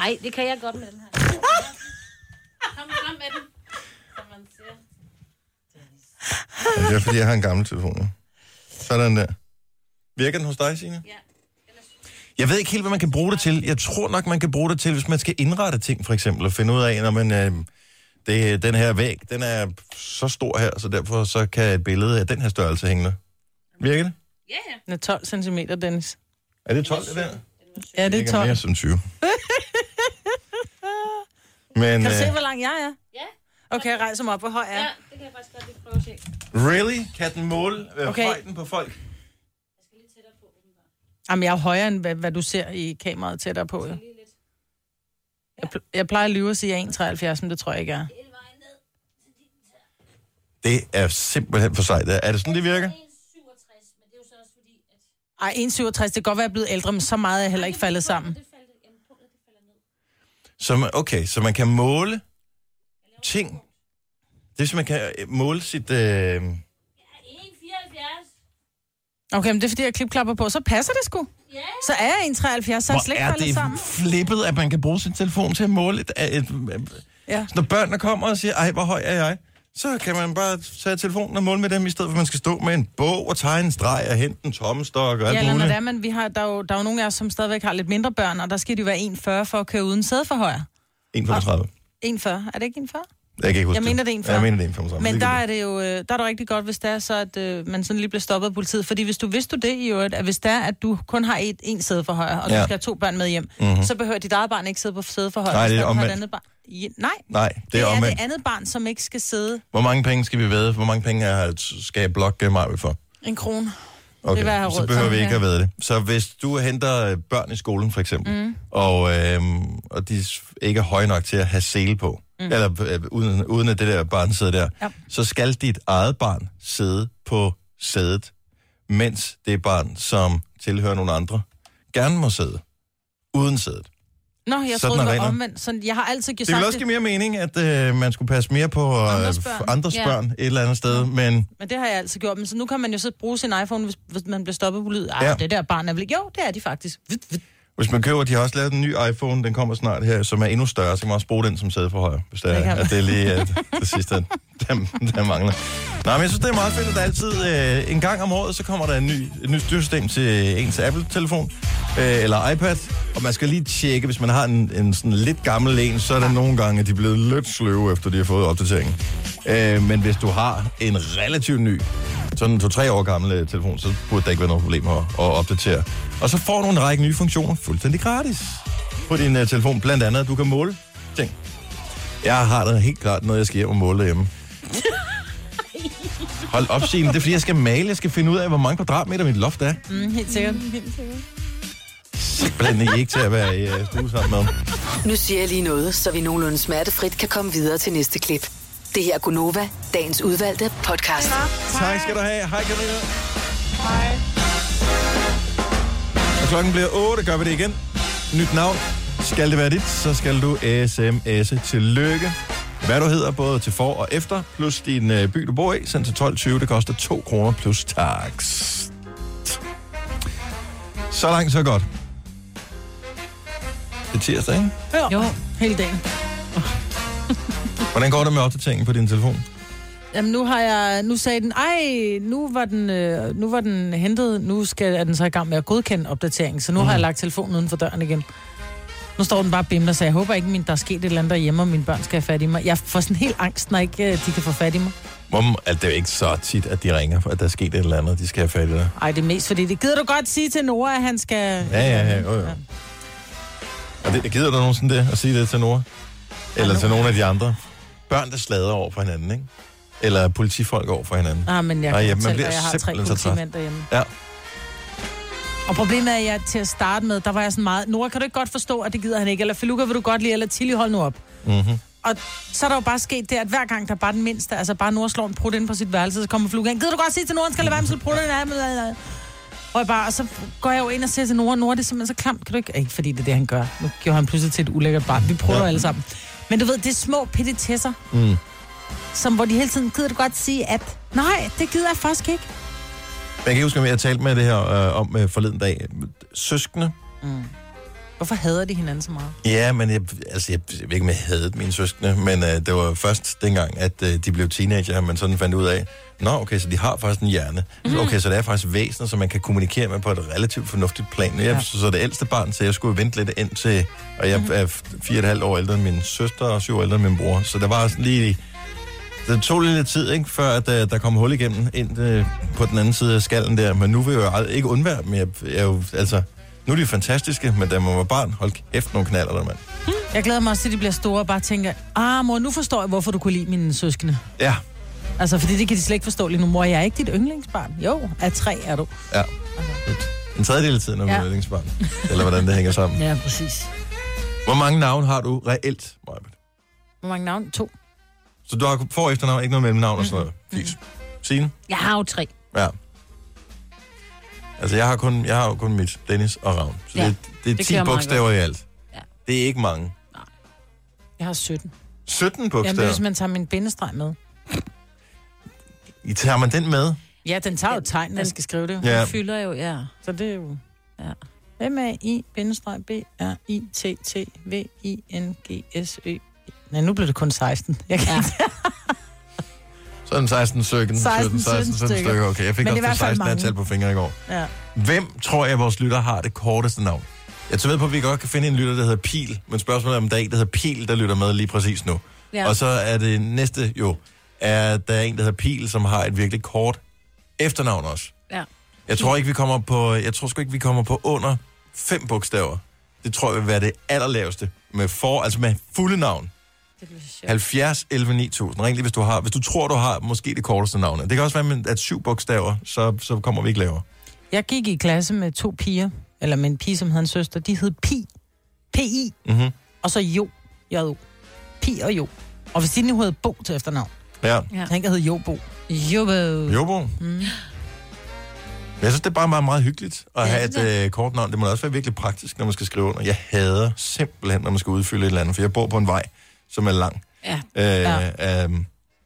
B: Nej, det kan jeg godt med den her. Kom frem med den. som man siger.
A: Ja, Det er, fordi jeg har en gammel telefon. ja. Sådan der. Virker den hos dig, Signe? Ja. Jeg ved ikke helt, hvad man kan bruge det til. Jeg tror nok, man kan bruge det til, hvis man skal indrette ting, for eksempel, og finde ud af, når man... Øh, det, den her væg, den er så stor her, så derfor så kan et billede af den her størrelse hænge der. Virker det?
C: Den er 12 cm, Dennis.
A: Er det 12, det der?
C: Ja, det er
A: Det er
C: 12.
A: mere som 20. Men,
C: Kan
A: øh,
C: du se, hvor lang jeg er? Ja. Okay, jeg rejser mig op. Hvor høj er jeg?
B: Det kan jeg faktisk godt lige prøve at se.
A: really? Kan den måle øh, okay.
C: Okay.
A: højden på folk?
C: Jamen, jeg er højere, end hvad, hvad du ser i kameraet tættere på. Jo. Jeg, pl- jeg plejer at lyve og sige, at jeg er 1,73, men det tror jeg ikke jeg er.
A: Det er simpelthen for sejt. Er det sådan, det virker?
C: Ej, 1,67, det kan godt være, jeg er blevet ældre, men så meget er jeg heller ikke faldet sammen.
A: Så man, okay, så man kan måle ting. Det er, så man kan øh, måle sit... Øh...
C: Okay, men det er fordi, jeg klipklapper på, så passer det sgu. Så er jeg 1,73, så er jeg slet ikke
A: er
C: faldet
A: det
C: sammen.
A: flippet, at man kan bruge sin telefon til at måle et... øh, et, et
C: Ja.
A: når børnene kommer og siger, ej, hvor høj er jeg? Så kan man bare tage telefonen og måle med dem, i stedet for at man skal stå med en bog og tegne en streg og hente en tommestok og alt
C: Ja, eller når
A: muligt.
C: det er, men vi har, der, er jo, der er jo nogle af os, som stadigvæk har lidt mindre børn, og der skal de jo være 1,40 for at køre uden sæde for højre.
A: 1,35.
C: 1,40, er det ikke 1,40?
A: Jeg kan ikke huske
C: Jeg mener, det er
A: det
C: 1,40.
A: Ja, Jeg mener, det er 1,35.
C: Men der er det jo øh, der er det rigtig godt, hvis det er så, at øh, man sådan lige bliver stoppet af politiet. Fordi hvis du vidste du det i øvrigt, at hvis det er, at du kun har et, en sæde for højre, og ja.
A: Ja. Mhm.
C: du skal have to børn med hjem, mm-hmm. så behøver dit eget barn ikke sidde på sæde for højre.
A: Nej,
C: hvis
A: det er
C: der kun har et
A: omvendt.
C: andet barn. Ja, nej,
A: Nej, det,
C: det
A: er
C: er
A: omvendt.
C: det andet barn, som ikke skal sidde
A: Hvor mange penge skal vi vide? Hvor mange penge er- skal jeg blokke mig for?
C: en krone.
A: Okay,
C: Det vil jeg have
A: så
C: råd
A: behøver
C: til.
A: vi ikke at vide det. Så hvis du henter øh, børn i skolen, for eksempel, mm. og, øh, og de s- ikke er høje nok til at have sele på, mm. eller øh, uden, uden at det der barn sidder der,
C: Ja.
A: så skal dit eget barn sidde på sædet, mens det barn, som tilhører nogle andre, gerne må sidde uden sædet.
C: Nå, jeg
A: Sådan
C: troede,
A: er
C: det var
A: reglerne.
C: omvendt. Sådan, jeg har altid givet
A: Det
C: sagt
A: vil også give mere mening, at øh, man skulle passe mere på øh,
C: Andres børn.
A: andres
B: Ja.
A: børn et eller andet sted, men...
C: Men det har jeg altså gjort. Men så nu kan man jo så bruge sin iPhone, hvis, hvis man bliver stoppet på lyd. Ej,
A: Ja.
C: ja. det der barn er vel ikke... Jo, det er de faktisk. Vid, vid.
A: Hvis man køber, de har også lavet en ny iPhone, den kommer snart her, som er endnu større, så kan man også bruge den som sæde for højre, hvis det
C: Det
A: er,
C: kan man.
A: at det er lige at det sidste, der, der mangler. Nej, men jeg synes, det er meget fedt, at der altid øh, en gang om året, så kommer der en ny, et nyt styresystem til ens Apple-telefon øh, eller iPad, og man skal lige tjekke, hvis man har en, en sådan lidt gammel en, så er der nogle gange, at de er blevet lidt sløve, efter de har fået opdateringen. Øh, men hvis du har en relativt ny, sådan en to-tre år gammel øh, telefon, så burde der ikke være noget problem at, at opdatere. Og så får du en række nye funktioner fuldstændig gratis på din uh, telefon. Blandt andet, at du kan måle ting. Jeg har da helt klart noget, jeg skal hjem og måle derhjemme. Hold op, Signe. Det er fordi, jeg skal male. Jeg skal finde ud af, hvor mange kvadratmeter mit loft er.
C: Mm, helt sikkert.
A: Simpelthen er I ikke til at være i uh, stue sammen med.
D: Nu siger jeg lige noget, så vi nogenlunde smertefrit kan komme videre til næste klip. Det her er Gunova, dagens udvalgte podcast.
A: Tak skal du have. Hej, Karina. Hej. Når klokken bliver 8, gør vi det igen. Nyt navn. Skal det være dit, så skal du sms'e tillykke. Hvad du hedder, både til for og efter, plus din øh, by, du bor i, sendt til 12.20. Det koster 2 kroner plus tax. Så langt, så godt. Det er tirsdag, ikke?
C: Jo, hele dagen.
A: Hvordan går det med opdateringen på din telefon?
C: Jamen, nu har jeg... Nu sagde den, ej, nu var den, øh, nu var den hentet. Nu skal, er den så i gang med at godkende opdateringen, så nu mm.
A: Mhm.
C: har jeg lagt telefonen uden for døren igen. Nu står den bare og bimler, så jeg håber ikke, min, der er sket et eller andet derhjemme, og mine børn skal have fat i mig. Jeg får sådan helt angst, når ikke øh, de kan få fat i mig.
A: Hvor, altså, det er jo ikke så tit, at de ringer, for at der er sket et eller andet, de skal have fat i dig.
C: Ej, det er mest fordi, det gider du godt sige til Nora, at han skal...
A: Ja, ja, ja, jo, jo. Og det, gider du nogensinde det, at sige det til Nora? Eller til nogle af de andre? Børn, der slader over for hinanden, ikke? Eller politifolk over for hinanden.
C: Ah, men jeg,
A: Ej,
C: kan
A: ja, man
C: fortælle dig,
A: bliver
C: jeg har tre
A: simpelthen så træt.
C: politimænd derhjemme.
A: Ja.
C: Og problemet er, at jeg til at starte med, der var jeg sådan meget, Nora, kan du ikke godt forstå, at det gider han ikke, eller Feluca, vil du godt lide, eller Tilly, hold nu op.
A: Mm-hmm.
C: Og så er der jo bare sket det, at hver gang der er bare den mindste, altså bare Nora slår en prut ind på sit værelse, så kommer Feluca ind, gider du godt sige til Nora, han skal lade være med sit prut ind, og jeg bare, og så går jeg jo ind og siger til Nora, Nora, det er simpelthen så klamt, kan du ikke? Ikke fordi det er det, han gør. Nu gjorde han pludselig til et ulækkert barn. Vi prøver ja. alle sammen. Men du ved, det er små pittitesser, mm. som hvor de hele tiden, gider du godt sige, at nej, det gider jeg faktisk ikke.
A: Jeg kan huske, at jeg talte med det her øh, om øh, forleden dag. Søskende.
C: Hvorfor hader de hinanden så meget?
A: Ja, men jeg, altså, jeg, jeg ved ikke, om jeg havde mine søskende, men øh, det var først dengang, at øh, de blev teenager, man sådan fandt ud af, nå, okay, så de har faktisk en hjerne. Mm. Okay, så det er faktisk væsener, som man kan kommunikere med på et relativt fornuftigt plan. Jeg ja. så er det ældste barn, så jeg skulle vente lidt ind til, og jeg er f- fire og et halvt år ældre end min søster, og syv år ældre end min bror, så der var sådan lige... Det tog lidt tid, ikke, før at, øh, der kom hul igennem ind øh, på den anden side af skallen der, men nu vil jeg jo ald- ikke undvære dem. Jeg, jeg er jo, altså, nu er de fantastiske, men da man var barn, hold kæft nogle knaller, der, mand.
C: Jeg glæder mig også til, at de bliver store og bare tænker, ah mor, nu forstår jeg, hvorfor du kunne lide mine søskende.
A: Ja,
C: Altså, fordi det kan de slet ikke forstå lige nu. Mor, jeg er ikke dit yndlingsbarn. Jo, af tre er du.
A: ja. Et- En tredjedel af tiden er
C: Ja.
A: ja. yndlingsbarn. Eller hvordan det hænger sammen.
C: Ja, præcis.
A: Hvor mange navne har du reelt, Majbet?
C: Hvor mange navne? To.
A: Så du har for- og efternavn, ikke noget mellemnavn og sådan noget?
B: Mhm.
A: Fis. Signe?
B: Jeg har jo tre.
A: Ja. Altså, jeg har, kun, jeg har jo kun mit Dennis og Ravn. Så
B: Ja,
A: ja, det, det er
B: det
A: 10
B: kører meget
A: bogstaver i alt.
B: Ja.
A: Det er ikke mange.
C: Jeg har 17.
A: 17
C: Jamen, det er,
A: bogstaver.
C: hvis man tager min bindestreg med.
A: I tager man den med?
C: Ja, den tager jo tegn, når jeg
B: den-
C: skal skrive det. jo.
A: Ja.
B: Ja. Fylder jo, ja.
C: Så det er jo...
B: Ja.
C: M-A-I-B-R-I-T-T-V-I-N-G-S-Ø. Nej, nu blev det kun 16. Jeg kan
B: Ja.
C: ja.
A: Sådan 16, 17,
C: 16,
A: 17, 16, 17
C: stykker.
A: stykker. Okay, jeg fik
C: Men det er i
A: også
C: hvert fald
A: 16 af
C: mange.
A: tal på fingre i går.
C: ja.
A: Hvem tror jeg, vores lytter har det korteste navn? Jeg tager ved på, at vi godt kan finde en lytter, der hedder Pil, men spørgsmålet er, om der er en, der hedder Pil, der lytter med lige præcis nu.
B: Ja.
A: Ja. Og så er det næste jo, at der er en, der hedder Pil, som har et virkelig kort efternavn også.
B: ja.
A: Jeg tror ikke, vi kommer op på, jeg tror sgu ikke, vi kommer på under fem bogstaver. Det tror jeg vil være det allerlaveste med for, altså med fulde navn.
B: Det bliver så sjovt.
A: 70 11 9000. Ring lige, hvis du har, hvis du tror, du har måske det korteste navn. Det kan også være, at syv bogstaver, så, så kommer vi ikke lavere.
C: Jeg gik i klasse med to piger, eller med en pige, som havde en søster. De hed Pi. P-I.
A: Mhm.
C: Og så Jo. J-O. Pi og Jo. Og hvis de nu hed Bo til efternavn.
A: Ja.
B: Ja.
C: Tænk, jeg hed Jobo.
B: Jubbe.
A: Jobo. Mm. Jeg synes, det er bare meget, meget hyggeligt at
B: Ja,
A: have
B: det
A: et øh, kort navn. Det må da også være virkelig praktisk, når man skal skrive under. Jeg hader simpelthen, når man skal udfylde et eller andet, for jeg bor på en vej, som er lang.
B: Ja,
A: Øh,
C: Ja.
A: ja. øh,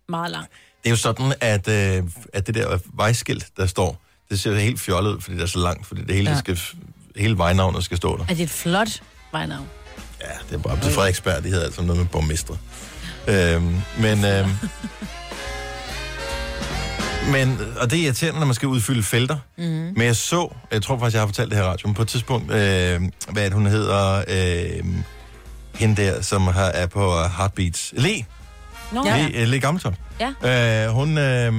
B: meget langt.
A: det er jo sådan, at, øh, at det der vejskilt, der står, det ser helt fjollet ud, fordi det er så langt, fordi det hele,
C: Ja.
A: ja. skal, hele vejnavnet skal stå der.
B: Er det et flot vejnavn?
A: Ja, det er bare til Frederiksberg, de hedder altså noget med borgmestre. Øhm, men, øhm, men, og det er irriterende, når man skal udfylde felter. Mm. Men jeg så, jeg tror faktisk, jeg har fortalt det her i radioen, på et tidspunkt, øh, hvad er det, hun hedder, øh, hende der, som har, er på øh, Heartbeats. Le,
B: Nå,
C: Ja.
B: ja.
A: Le, Le Gammeltoft.
B: ja.
A: Øh, hun, øh,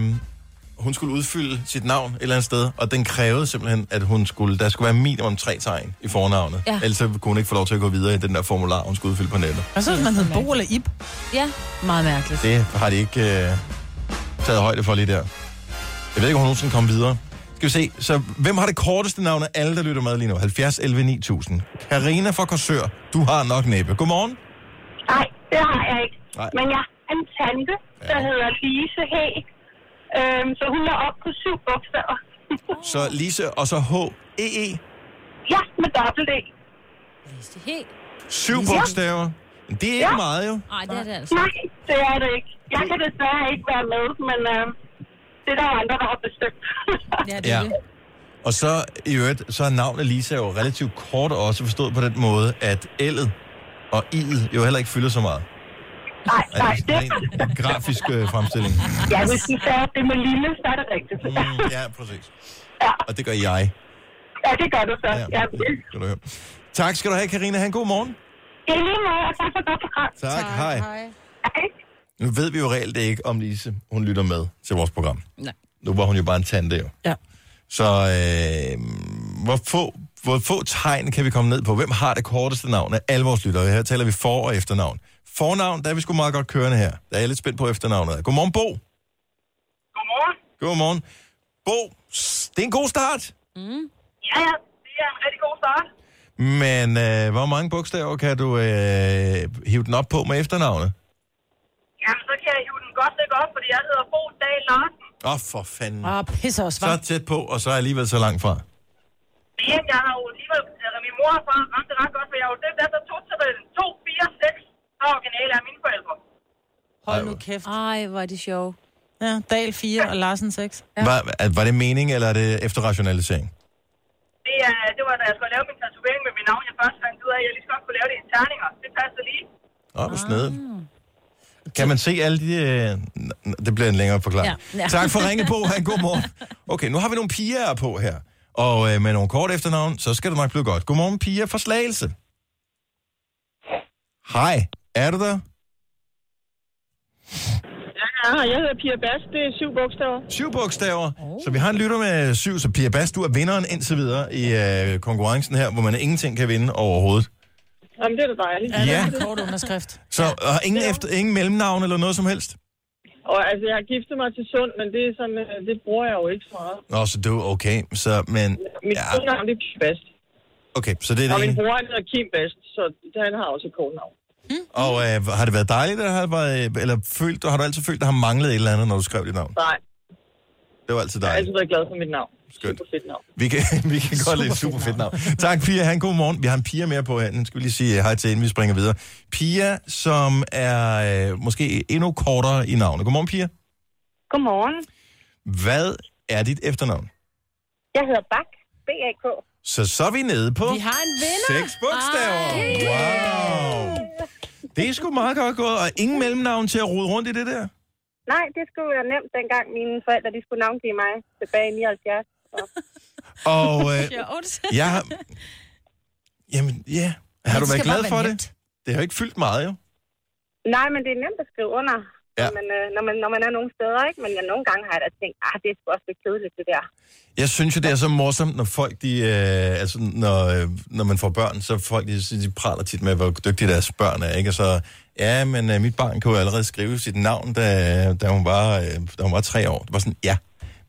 A: hun skulle udfylde sit navn et eller andet sted, og den krævede simpelthen, at hun skulle, der skulle være minimum tre tegn i fornavnet.
B: Ja.
A: Ellers så kunne hun ikke få lov til at gå videre i den der formular, hun skulle udfylde på nettet.
C: Og så hvis man hed Bo eller Ib.
B: Ja, meget mærkeligt.
A: Det har de ikke øh, taget højde for lige der. Jeg ved ikke, om hun nogensinde kom videre. Skal vi se, så hvem har det korteste navn af alle, der lytter med lige nu? 70 11 9000. Karina fra Korsør, du har nok næppe. Godmorgen.
H: Nej, det har jeg ikke.
A: Nej.
H: Men jeg har en tante, der
A: Ja.
H: hedder Lise Hæ. Øhm, så hun er oppe på syv bogstaver.
A: Så E. Lise, og så H-E-E.
H: ja, med dobbelt E.
B: Lise He.
A: Syv bogstaver. Det er ikke
H: Ja.
A: meget, jo.
B: Nej, det er det altså.
H: Nej, det er det ikke. Jeg kan desværre ikke være med, men øh, det er der jo andre, der har besøgt.
B: Ja, det er det.
A: Og så i øvrigt, så er navnet Lisa jo relativt kort også forstået på den måde, at L'et og I'et jo heller ikke fylder så meget.
H: nej,
A: Er
H: nej,
A: det
H: det,
A: sådan en grafisk øh, fremstilling?
H: ja, hvis du sagde, at det er med lille, så er det rigtigt.
A: Mm, ja, præcis. Og det gør jeg.
H: Ja, det gør du så.
A: Ja,
H: Ja.
A: det kan du høre. Tak skal du have, Karina. Ha' en god morgen.
H: I lige måde, og tak for et godt program.
A: Tak, tak hej. hej.
H: Hej.
A: Nu ved vi jo reelt ikke, om Lise hun lytter med til vores program.
B: Nej.
A: Nu var hun jo bare en tante, jo.
C: Ja.
A: Så øh, hvor, få, hvor få tegn kan vi komme ned på? Hvem har det korteste navn af alle vores lyttere? Her taler vi for- og efternavn. Fornavn, der er vi sgu meget godt kørende her. Der er jeg lidt spændt på efternavnet. Godmorgen, Bo.
H: Godmorgen.
A: Godmorgen. Bo, s- det er en god start.
H: Ja, ja, det er en rigtig god start.
A: Men øh, hvor mange bogstaver kan du øh, hive den op på med efternavnet?
H: Jamen, så kan jeg hive den godt stykke op, fordi jeg hedder Bo Dag Larsen.
A: Åh, oh, for fanden.
C: Ah, pisse også,
A: Så
C: var.
A: tæt på, og så alligevel så langt fra.
H: Men jeg har jo alligevel, eller min mor og far ramte ret godt, for jeg har jo døbt efter to tabellen 2, 4, 6, der er originale af mine forældre.
C: Hold nu kæft.
B: Ej, hvor er det sjovt.
C: Ja, Dal 4 og Larsen 6.
A: Ja. Var, var det mening, eller er det efter rationalisering?
H: Det, er, det var, da jeg skulle lave min tatovering med mit navn, jeg først fandt ud af, at jeg lige så godt kunne lave det i terninger. Det passer lige.
A: Åh,
C: Ah.
A: oh, snedet. Kan man se alle de... øh, n- n- Det bliver en længere forklaring. Ja.
B: Ja.
A: Ja.
B: Ja.
A: Tak for ringe på. Ha' en god morgen. Okay, nu har vi nogle piger på her. Og øh, med nogle kort efternavn, så skal det nok blive godt. Godmorgen, piger fra Slagelse. Hej, er du der?
H: Ja, jeg hedder Pia Bas, det er syv bogstaver.
A: Syv bogstaver. Oh. Så vi har en lytter med syv, så Pia Bas, du er vinderen indtil videre i øh, konkurrencen her, hvor man ingenting kan vinde overhovedet.
H: Jamen, det er da dejligt.
C: Ja.
A: Ja.
C: Der er en kort underskrift.
A: Så og ingen, efter, ingen mellemnavn eller noget som helst?
H: Og altså, jeg har giftet mig til sund, men det, er sådan, øh, det bruger jeg jo ikke så meget.
A: Nå, så du, okay. Så, men,
H: Mit
A: Ja.
H: ja. navn det er Pia Bast.
A: okay, så det er
H: Og
A: det
H: min
A: ene.
H: bror han hedder Kim Bast, så han har også et kodenavn.
A: Og øh, har det været dejligt, eller har, det været, øh, eller følt, har du altid følt, at der har manglet et eller andet, når du skrev dit navn?
H: Nej,
A: Det var altid
H: jeg har
A: dejligt.
C: Altså-
H: altid været glad for mit navn.
A: Skønt.
H: Super fedt navn.
A: Vi kan, vi kan godt lide super fedt navn. Tak, Pia. Han, god morgen. Vi har en Pia mere på her. Nu skal vi lige sige hej til, inden vi springer videre. Pia, som er øh, måske endnu kortere i navnet. Godmorgen, Pia.
H: Godmorgen.
A: Hvad er dit efternavn?
H: Jeg hedder Bak. B-A-K.
A: Så så er vi nede på...
C: Vi har en vinder.
A: Seks bogstaver. Wow. Det er sgu meget godt gået, og ingen mellemnavn til at rode rundt i det der.
H: Nej, det skulle være nemt, dengang mine forældre de skulle navngive mig tilbage i 79.
A: Og øh,
B: Sjovt.
A: jeg har... Jamen, ja. Har du
C: det
A: været
C: skal bare
A: glad
C: være
A: for det?
C: nemt.
A: Det har jo ikke fyldt meget, jo.
H: Nej, men det er nemt at skrive under,
A: Ja.
H: ja. når, man, øh, når, man, når man er nogle steder. ikke. Men jeg, nogle gange har jeg da tænkt, at det er sgu også lidt kedeligt, det der.
A: Jeg synes jo, det er så morsomt, når folk, de, øh, altså, når, øh, når man får børn, så folk, de, de praler tit med, hvor dygtige deres børn er, ikke? Og så, ja, men øh, mit barn kunne jo allerede skrive sit navn, da, da, hun var, øh, da hun var tre år. Det var sådan, ja,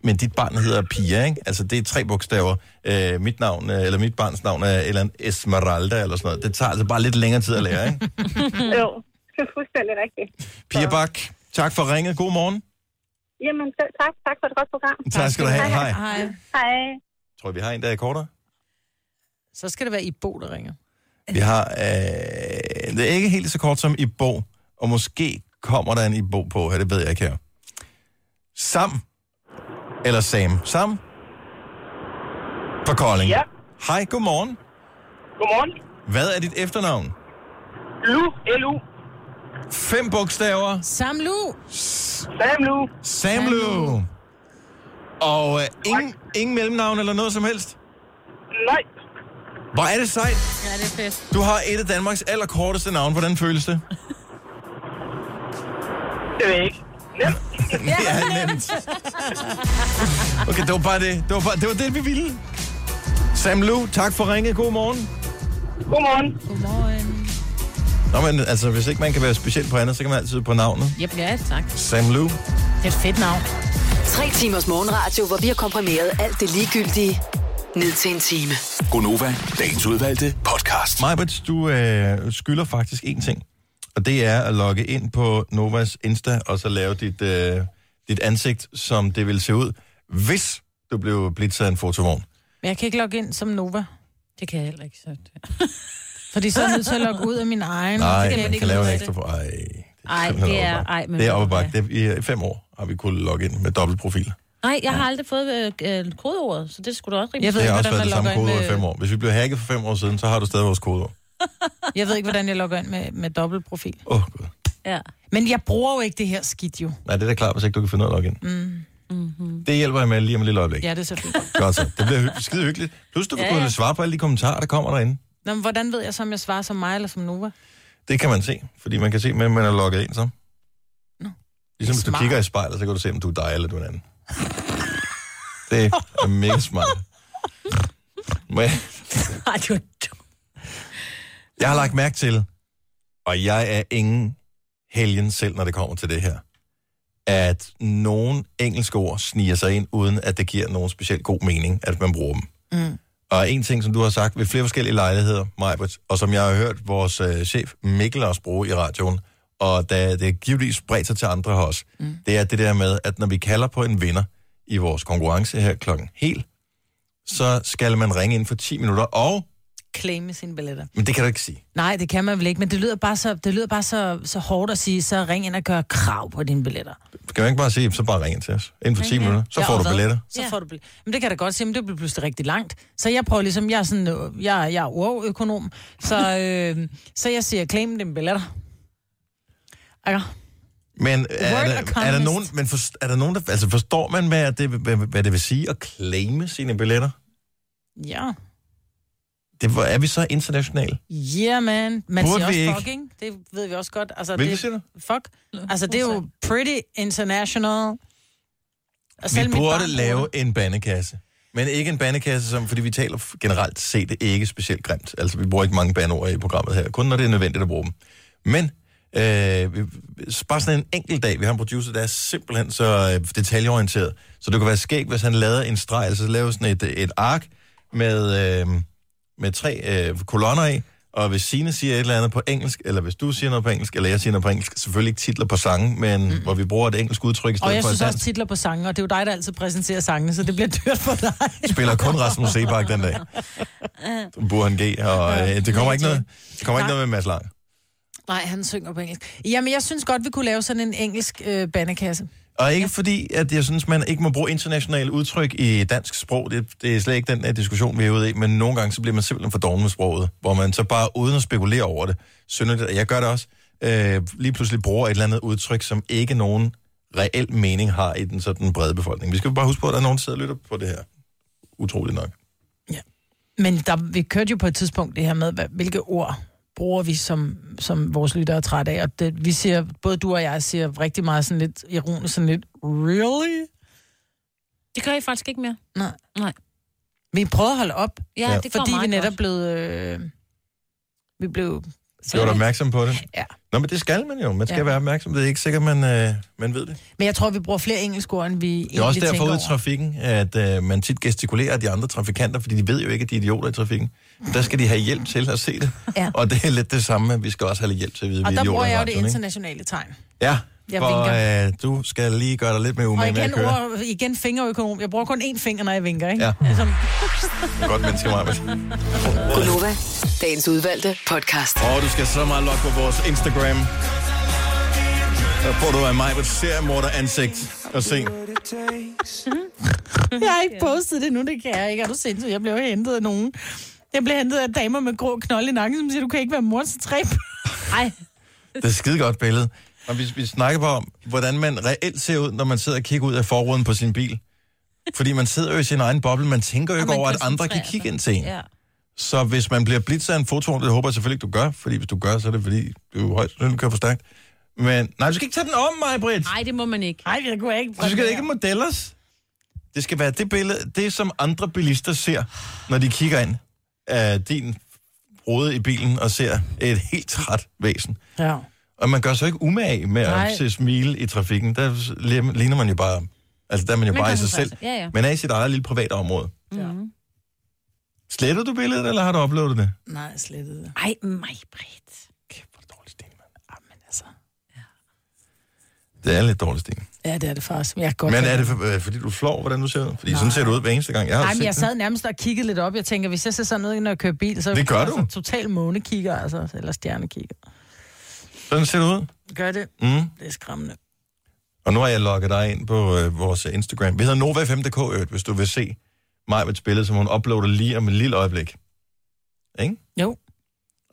A: men dit barn hedder Pia, ikke? Altså, det er tre bogstaver. Øh, mit navn, øh, eller mit barns navn er et eller andet Esmeralda, eller sådan noget. Det tager altså bare lidt længere tid at lære, ikke?
H: Mm. Jo, det er fuldstændig rigtigt.
A: Pia Bak, tak for ringet. God morgen.
H: Jamen, selv tak. Tak for et godt program.
A: Tak skal du have. Hej.
C: Hej.
H: Hej.
A: Tror I, vi har en, der er kortere?
C: Så skal det være i Bo, der ringer.
A: Vi har... Øh, det er ikke helt så kort som i bog, og måske kommer der en i bog på her, det ved jeg ikke her. Sam. Eller Sam. Sam? Fra Kolding.
H: Ja.
A: Hej, godmorgen.
H: Godmorgen.
A: Hvad er dit efternavn?
H: Lu, L-U.
A: Fem bogstaver.
C: Sam Lu.
H: Sam Lu.
A: Samlu. Og øh, ingen, ingen mellemnavn eller noget som helst.
H: Nej.
A: Hvor er det sejt.
B: Ja, det er fedt.
A: Du har et af Danmarks allerkorteste navn. Hvordan føles det?
H: Det ved jeg ikke. Nemt.
A: Det er nemt. Okay, det var bare det. Det var, bare, det, var det, vi ville. Sam Lu, tak for ringet. God morgen.
H: Godmorgen.
C: Godmorgen.
A: Nå, men altså, hvis ikke man kan være speciel på andet, så kan man altid på navnet.
B: Yep. Ja, tak.
A: Sam Lu.
C: Det er et fedt navn.
D: Tre timers morgenradio, hvor vi har komprimeret alt det ligegyldige ned til en time.
E: Gonova, dagens udvalgte podcast.
A: Majbert, du øh, skylder faktisk én ting. Og det er at logge ind på Novas Insta, og så lave dit, øh, dit ansigt, som det vil se ud, hvis du
B: Mm,
A: blev blitzet af en fotovogn.
C: Men jeg kan ikke logge ind som Nova.
B: Det kan jeg heller ikke. Så.
C: Fordi så er jeg nødt til at logge ud af min egen.
A: Nej,
C: Det
A: man
C: jeg
A: kan,
C: ikke
A: lave en
C: vide.
A: ekstra på. Ej,
B: Ej,
A: simpelthen
B: det er-
A: oppe
B: ej, men
A: det
B: ved
A: er
B: du
A: oppe bakke. Det er, I fem år har vi kunnet logge ind med dobbeltprofil.
B: Nej, jeg har aldrig fået øh, øh, kodeordet, så det skulle du også rimelig.
C: Jeg ved
A: Det
C: ikke,
A: har også
C: hvordan man
A: været det
C: logger
A: samme
C: ind
A: kodeord i fem
C: med,
A: år. Hvis vi blev hacket for fem år siden, så har du stadig vores kodeord.
C: jeg ved ikke, hvordan jeg logger ind med, med dobbeltprofil.
A: Åh, oh, gud.
B: Ja.
C: Men jeg bruger jo ikke det her skidt jo.
A: Nej, det er da klart, hvis ikke du kan finde noget at logge ind. Mm. Mm-hmm. Det hjælper jeg med lige om et lille øjeblik.
C: Ja,
A: Ja.
C: det er selvfølgelig.
A: Godt så. Det bliver hy- skide hyggeligt. Plus, du kan ja, ja. svare på alle de kommentarer, der kommer derinde.
C: Nå, men hvordan ved jeg så, om jeg svarer som mig eller som Nova?
A: Det kan man se, fordi man kan se, hvem man er logget ind som. Ligesom hvis du
C: smart.
A: kigger i spejlet, så kan du se, om du er dig eller du er en anden. Det er mega smart. Men
B: Ej, det var dumt.
A: jeg har lagt mærke til, og jeg er ingen helgen selv, når det kommer til det her, at nogle engelske ord sniger sig ind, uden at det giver nogen specielt god mening, at man bruger dem.
C: Mm.
A: Og en ting, som du har sagt ved flere forskellige lejligheder, Majbert, og som jeg har hørt vores øh, chef Mikkel også bruge i radioen, og da det givetvis spredt sig til andre her også, mm. det er det der med, at når vi kalder på en vinder i vores konkurrence her klokken helt, så skal man ringe inden for 10 minutter, og...
C: Claim med sine billetter.
A: Men det kan du ikke sige.
C: Nej, det kan man vel ikke, men det lyder bare så, det lyder bare så, så hårdt at sige, så ring ind og gør krav på dine billetter.
A: Kan man ikke bare sige, så bare ring ind til os. Inden for 10 minutter, så
C: Ja,
A: får
C: og
A: du
C: hvad?
A: billetter.
C: Så får du billetter. Men det kan jeg da godt se, men det bliver pludselig rigtig langt. Så jeg prøver ligesom, jeg er sådan, øh, jeg, jeg er wow-økonom, så, øh, så jeg siger, claim dine billetter. Okay.
A: Men er
C: Word
A: der, er der
C: economist.
A: nogen, men for, er der nogen der, altså forstår man, hvad det, hvad, hvad det vil sige at claime sine billetter?
C: Ja.
A: Det, hvor er vi så internationale?
C: Yeah, man. Man
A: Burde
C: siger
A: vi
C: også
A: ikke?
C: fucking. Det ved vi også godt. Altså,
A: Hvilket
C: det,
A: siger du?
C: Fuck. Altså, det er jo pretty international. Og
A: Vi
C: selv mit barn
A: burde lave en bandekasse. Men ikke en bandekasse, som, fordi vi taler f- generelt set ikke specielt grimt. Altså, vi bruger ikke mange bandeord i programmet her. Kun når det er nødvendigt at bruge dem. Men øh, vi- bare sådan en enkelt dag, vi har en producer, der er simpelthen så øh, detaljeorienteret. Så det kunne være skægt, hvis han lavede en streg, altså lavede sådan et, et ark med, øh, med tre øh, kolonner i, og hvis Sine siger et eller andet på engelsk, eller hvis du siger noget på engelsk, eller jeg siger noget på engelsk, selvfølgelig ikke titler på sange, men mm. hvor vi bruger et engelsk udtryk i stedet
C: Og jeg
A: for et
C: synes
A: dansk.
C: også titler på sange, og det er jo dig, der altid præsenterer sangene, så det bliver dyrt for dig.
A: spiller kun Rasmus Sebak den dag. Burhan G. Og øh, det kommer ikke noget, det kommer ikke noget med Mads Lang.
C: Nej, han synger på engelsk. Jamen, jeg synes godt, vi kunne lave sådan en engelsk øh, bandekasse.
A: Og ikke fordi, at jeg synes, man ikke må bruge internationale udtryk i dansk sprog. Det, det er slet ikke den her diskussion, vi er ude i. Men nogle gange, så bliver man simpelthen for doven med sproget. Hvor man så bare, uden at spekulere over det, synes, at jeg gør det også, øh, lige pludselig bruger et eller andet udtryk, som ikke nogen reel mening har i den sådan brede befolkning. Vi skal bare huske på, at der er nogen, der sidder og lytter på det her. Utroligt nok.
C: Men der, vi kørte jo på et tidspunkt det her med, hvad, hvilke ord bruger vi, som, som vores lyttere er trætte af. Og det, vi siger, både du og jeg siger rigtig meget sådan lidt ironisk, sådan lidt, really?
B: Det gør I faktisk ikke mere.
C: Nej.
B: Nej.
C: Vi prøver at holde op,
B: Ja,
A: Ja.
B: det går
C: fordi vi
B: meget
C: netop
B: godt.
C: blev... Øh, vi blev...
A: Så er du opmærksom på det?
C: Ja.
A: Nå, men det skal man jo. Man skal ja.
C: Ja.
A: være opmærksom. Det er ikke sikkert, man, øh, man ved det.
C: Men jeg tror, vi bruger flere engelske ord, end vi egentlig
A: Det er også
C: tænker
A: derfor ude i
C: over.
A: trafikken, at øh, man tit gestikulerer af de andre trafikanter, fordi de ved jo ikke, at de er idioter i trafikken. Der skal de have hjælp til at se det.
C: Ja.
A: Og det er lidt det samme, at vi skal også have lidt hjælp til at vide, at
C: Og
A: vi er
C: der
A: idioter
C: bruger
A: i
C: jeg jo det
A: radioen, ikke?
C: internationale tegn.
A: Ja,
C: Jeg
A: for øh, du skal lige gøre dig lidt mere
C: Og
A: umage med at
C: igen,
A: køre.
C: ord, igen fingerøkonom. Jeg bruger kun én finger, når jeg vinker, ikke?
A: Ja.
C: Som,
A: Godt menneske, Marvind.
D: Gunova, dagens udvalgte podcast.
A: Og du skal så meget logge på vores Instagram. Der får du af mig et seriemorder ansigt og se.
C: jeg har ikke postet det nu, det kan jeg ikke. Er du sindssyg? Jeg blev hentet af nogen. Jeg blev hentet af damer med grå knold i nakken, som siger, du kan ikke være mor til tre.
B: Ej,
A: Det er et skide godt billede. Og vi, vi snakker bare om, hvordan man reelt ser ud, når man sidder og kigger ud af forruden på sin bil. Fordi man sidder jo i sin egen boble, man tænker jo ikke
B: man
A: over, at andre kan
B: koncentrerer
A: kigge
B: sig.
A: ind til en.
B: ja.
A: Så hvis man bliver blidt af en foto, det håber jeg selvfølgelig ikke, du gør, fordi hvis du gør, så er det fordi, du højst sandsynligt kører for stærkt. Men nej, du skal ikke tage den om, mig, Britt.
B: Nej, det må man ikke.
C: Nej, jeg kunne ikke.
A: Du skal ikke modellers. Det skal være det billede, det som andre bilister ser, når de kigger ind af din rode i bilen og ser et helt træt væsen.
C: Ja.
A: Og man gør sig ikke umage med
C: Nej.
A: at se smile i trafikken. Der ligner man jo bare... Altså, der er man jo
B: Man
A: man bare i sig
B: koncentrerer
A: selv.
B: sig. Ja, ja.
A: Man er i sit eget lille private område. Ja. Sletter du billedet, eller har du uploadet det?
C: Nej, slettet det.
B: Ej, mig, Britt.
C: Ah,
A: Kæft, hvor er det dårligt, Stenemann.
C: Jamen altså.
A: Det er lidt dårlig stil.
C: Ja, det er det faktisk. Men jeg kan godt
A: Men
C: lide
A: er det, for, øh, fordi du flår, hvordan du ser ud? Fordi Nej. sådan ser du ud hver eneste gang. Jeg har
C: Nej, men
A: set
C: jeg
A: det.
C: sad nærmest og kiggede lidt op. Jeg tænker, hvis jeg ser sådan ud, når jeg kører bil, så
A: Det gør
C: altså,
A: du.
C: total månekigger, altså, eller stjernekigger.
A: Sådan ser du ud.
C: Gør det?
A: Mm.
C: Det er skræmmende.
A: Og nu har jeg logget dig ind på øh, vores øh, Instagram. Vi hedder Nova5.dk, øh, hvis du vil se Majvets billede, som hun uploader lige om et lille øjeblik. Ikke?
C: Jo.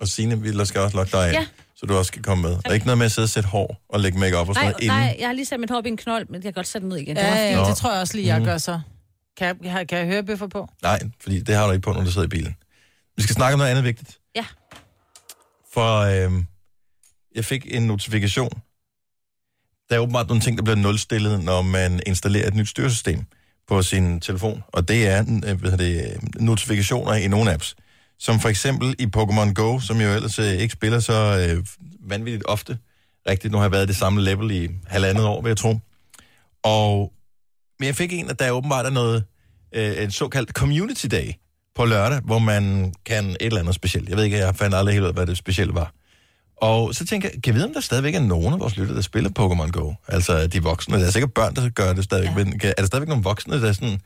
A: Og Signe, vi skal også logge dig ind, ja.
B: Ja.
A: så du også kan komme med. Der er ikke noget med at sidde og sætte hår og lægge makeup og sådan
B: Nej,
A: noget inden.
B: nej, jeg har lige sat mit hår op i en knold, men jeg kan godt sætte den ned igen. Det var
C: Ja,
B: fint.
C: ja,
A: Nå. Mm.
C: det tror jeg også lige, jeg gør så. Kan jeg, kan jeg- kan jeg høre bøffer på?
A: Nej, fordi det har du ikke på, når du sidder i bilen. Vi skal snakke om noget andet vigtigt.
B: Ja.
A: For øhm, jeg fik en notifikation. Der er åbenbart nogle ting, der bliver nulstillet, når man installerer et nyt styresystem på sin telefon. Og det er øh, hvad hedder det, notifikationer i nogle apps. Som for eksempel i Pokémon Go, som jeg jo ellers øh, ikke spiller så øh, vanvittigt ofte. Rigtigt, nu har jeg været i det samme level i halvandet år, vil jeg tro. Og men jeg fik en, at der åbenbart er noget, øh, en såkaldt community day på lørdag, hvor man kan et eller andet specielt. Jeg ved ikke, jeg fandt aldrig helt ud af, hvad det specielle var. Og så tænker jeg, kan jeg vide, om der stadigvæk er nogen af vores lytter, der spiller Pokémon Go? Altså de voksne. Der er sikkert børn, der gør det stadigvæk, ja. men kan, er der stadigvæk nogle voksne, der sådan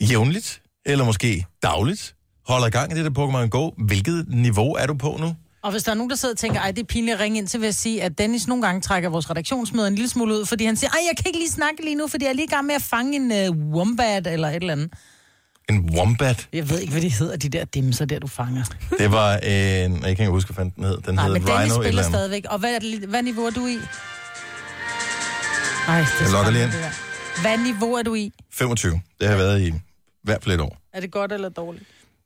A: jævnligt, eller måske dagligt, holder gang i det der Pokémon Go? Hvilket niveau er du på nu?
C: Og hvis der er nogen, der sidder og tænker, ej, det er pinligt at ringe ind, så vil jeg sige, at Dennis nogle gange trækker vores redaktionsmøder en lille smule ud, fordi han siger, ej, jeg kan ikke lige snakke lige nu, fordi jeg er lige i gang med at fange en uh, wombat eller et eller andet.
A: En wombat.
C: Jeg ved ikke, hvad de hedder, de der dimser der, du fanger.
A: Det var en... Jeg kan ikke huske, hvad fanden den hed. Den
C: Nej,
A: hed
C: men
A: Rhino
C: Dennis
A: et eller
C: spiller
A: andet.
C: stadigvæk. Og hvad, er det, hvad niveau er du i? Ej, det er
A: Jeg logger
C: skræmmende,
A: lige ind.
C: det der. Hvad niveau er du i?
A: 25. Det har jeg været i hvert fald et år.
C: Er det godt eller dårligt?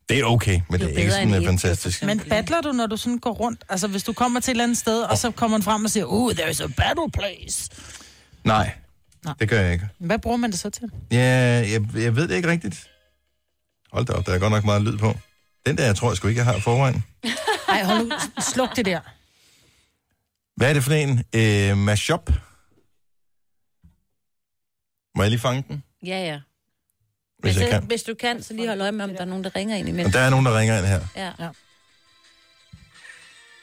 A: Det er okay, men det er
B: bedre
A: ikke
B: end
A: sådan øh,
B: et,
A: fantastisk.
B: for
C: Men battler du, når du sådan går rundt? Altså, hvis du kommer til et eller andet sted, og så kommer man frem og siger, oh, there's a battle place.
A: Nej,
C: Nej.
A: det gør jeg ikke.
C: Hvad bruger man det så til?
A: Ja, jeg, jeg ved det ikke rigtigt. Hold da op, der er godt nok meget lyd på. Den der, jeg tror jeg sgu ikke, jeg har i forvejen.
C: Ej, hold nu, sluk det der.
A: Hvad er det for en? Øh, mashup? Må jeg lige fange den,
B: Ja, ja.
A: hvis jeg
B: det-
A: kan?
B: hvis du kan, så lige hold øje med, om der er nogen, der ringer ind imellem.
A: Og der er nogen, der ringer ind her.
B: Ja.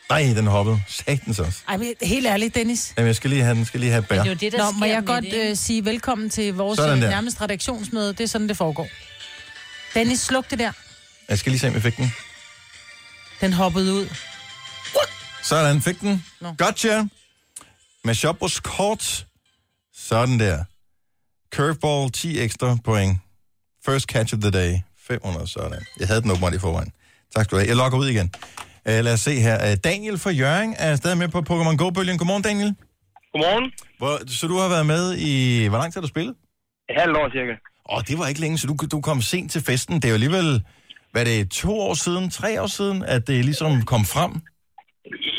A: Nej, den hoppede. Satans også.
C: Ej, men helt ærligt, Dennis.
A: Jamen, jeg skal lige have den, skal lige have et bær.
B: Det er jo det, der
C: Nå,
B: sker
C: må jeg
B: med
C: godt
B: det, ikke?
C: øh, sige velkommen til vores
A: Sådan
C: øh,
A: der.
C: nærmeste redaktionsmøde. Det er sådan, det foregår. Dennis, sluk det der.
A: Jeg skal lige se, om jeg fik den.
C: Den hoppede ud.
A: Sådan, fik den. No.
C: Nå.
A: Gotcha. Mashoppos kort. Sådan der. Curveball, 10 ekstra point. First catch of the day. 500, sådan. Jeg havde den åbenbart i forvejen. Tak skal du have. Jeg logger ud igen. Uh, lad os se her. Uh, Daniel fra Jørgen er stadig med på Pokémon Go-bølgen. Godmorgen, Daniel.
I: Godmorgen.
A: Hvor, så du har været med i... Hvor lang tid har du spillet?
I: Et halvt år cirka.
A: Åh, oh, det var ikke længe, så du, du kom sent til festen. Det er jo alligevel... Hvad er det to år siden, tre år siden, at det ligesom kom frem?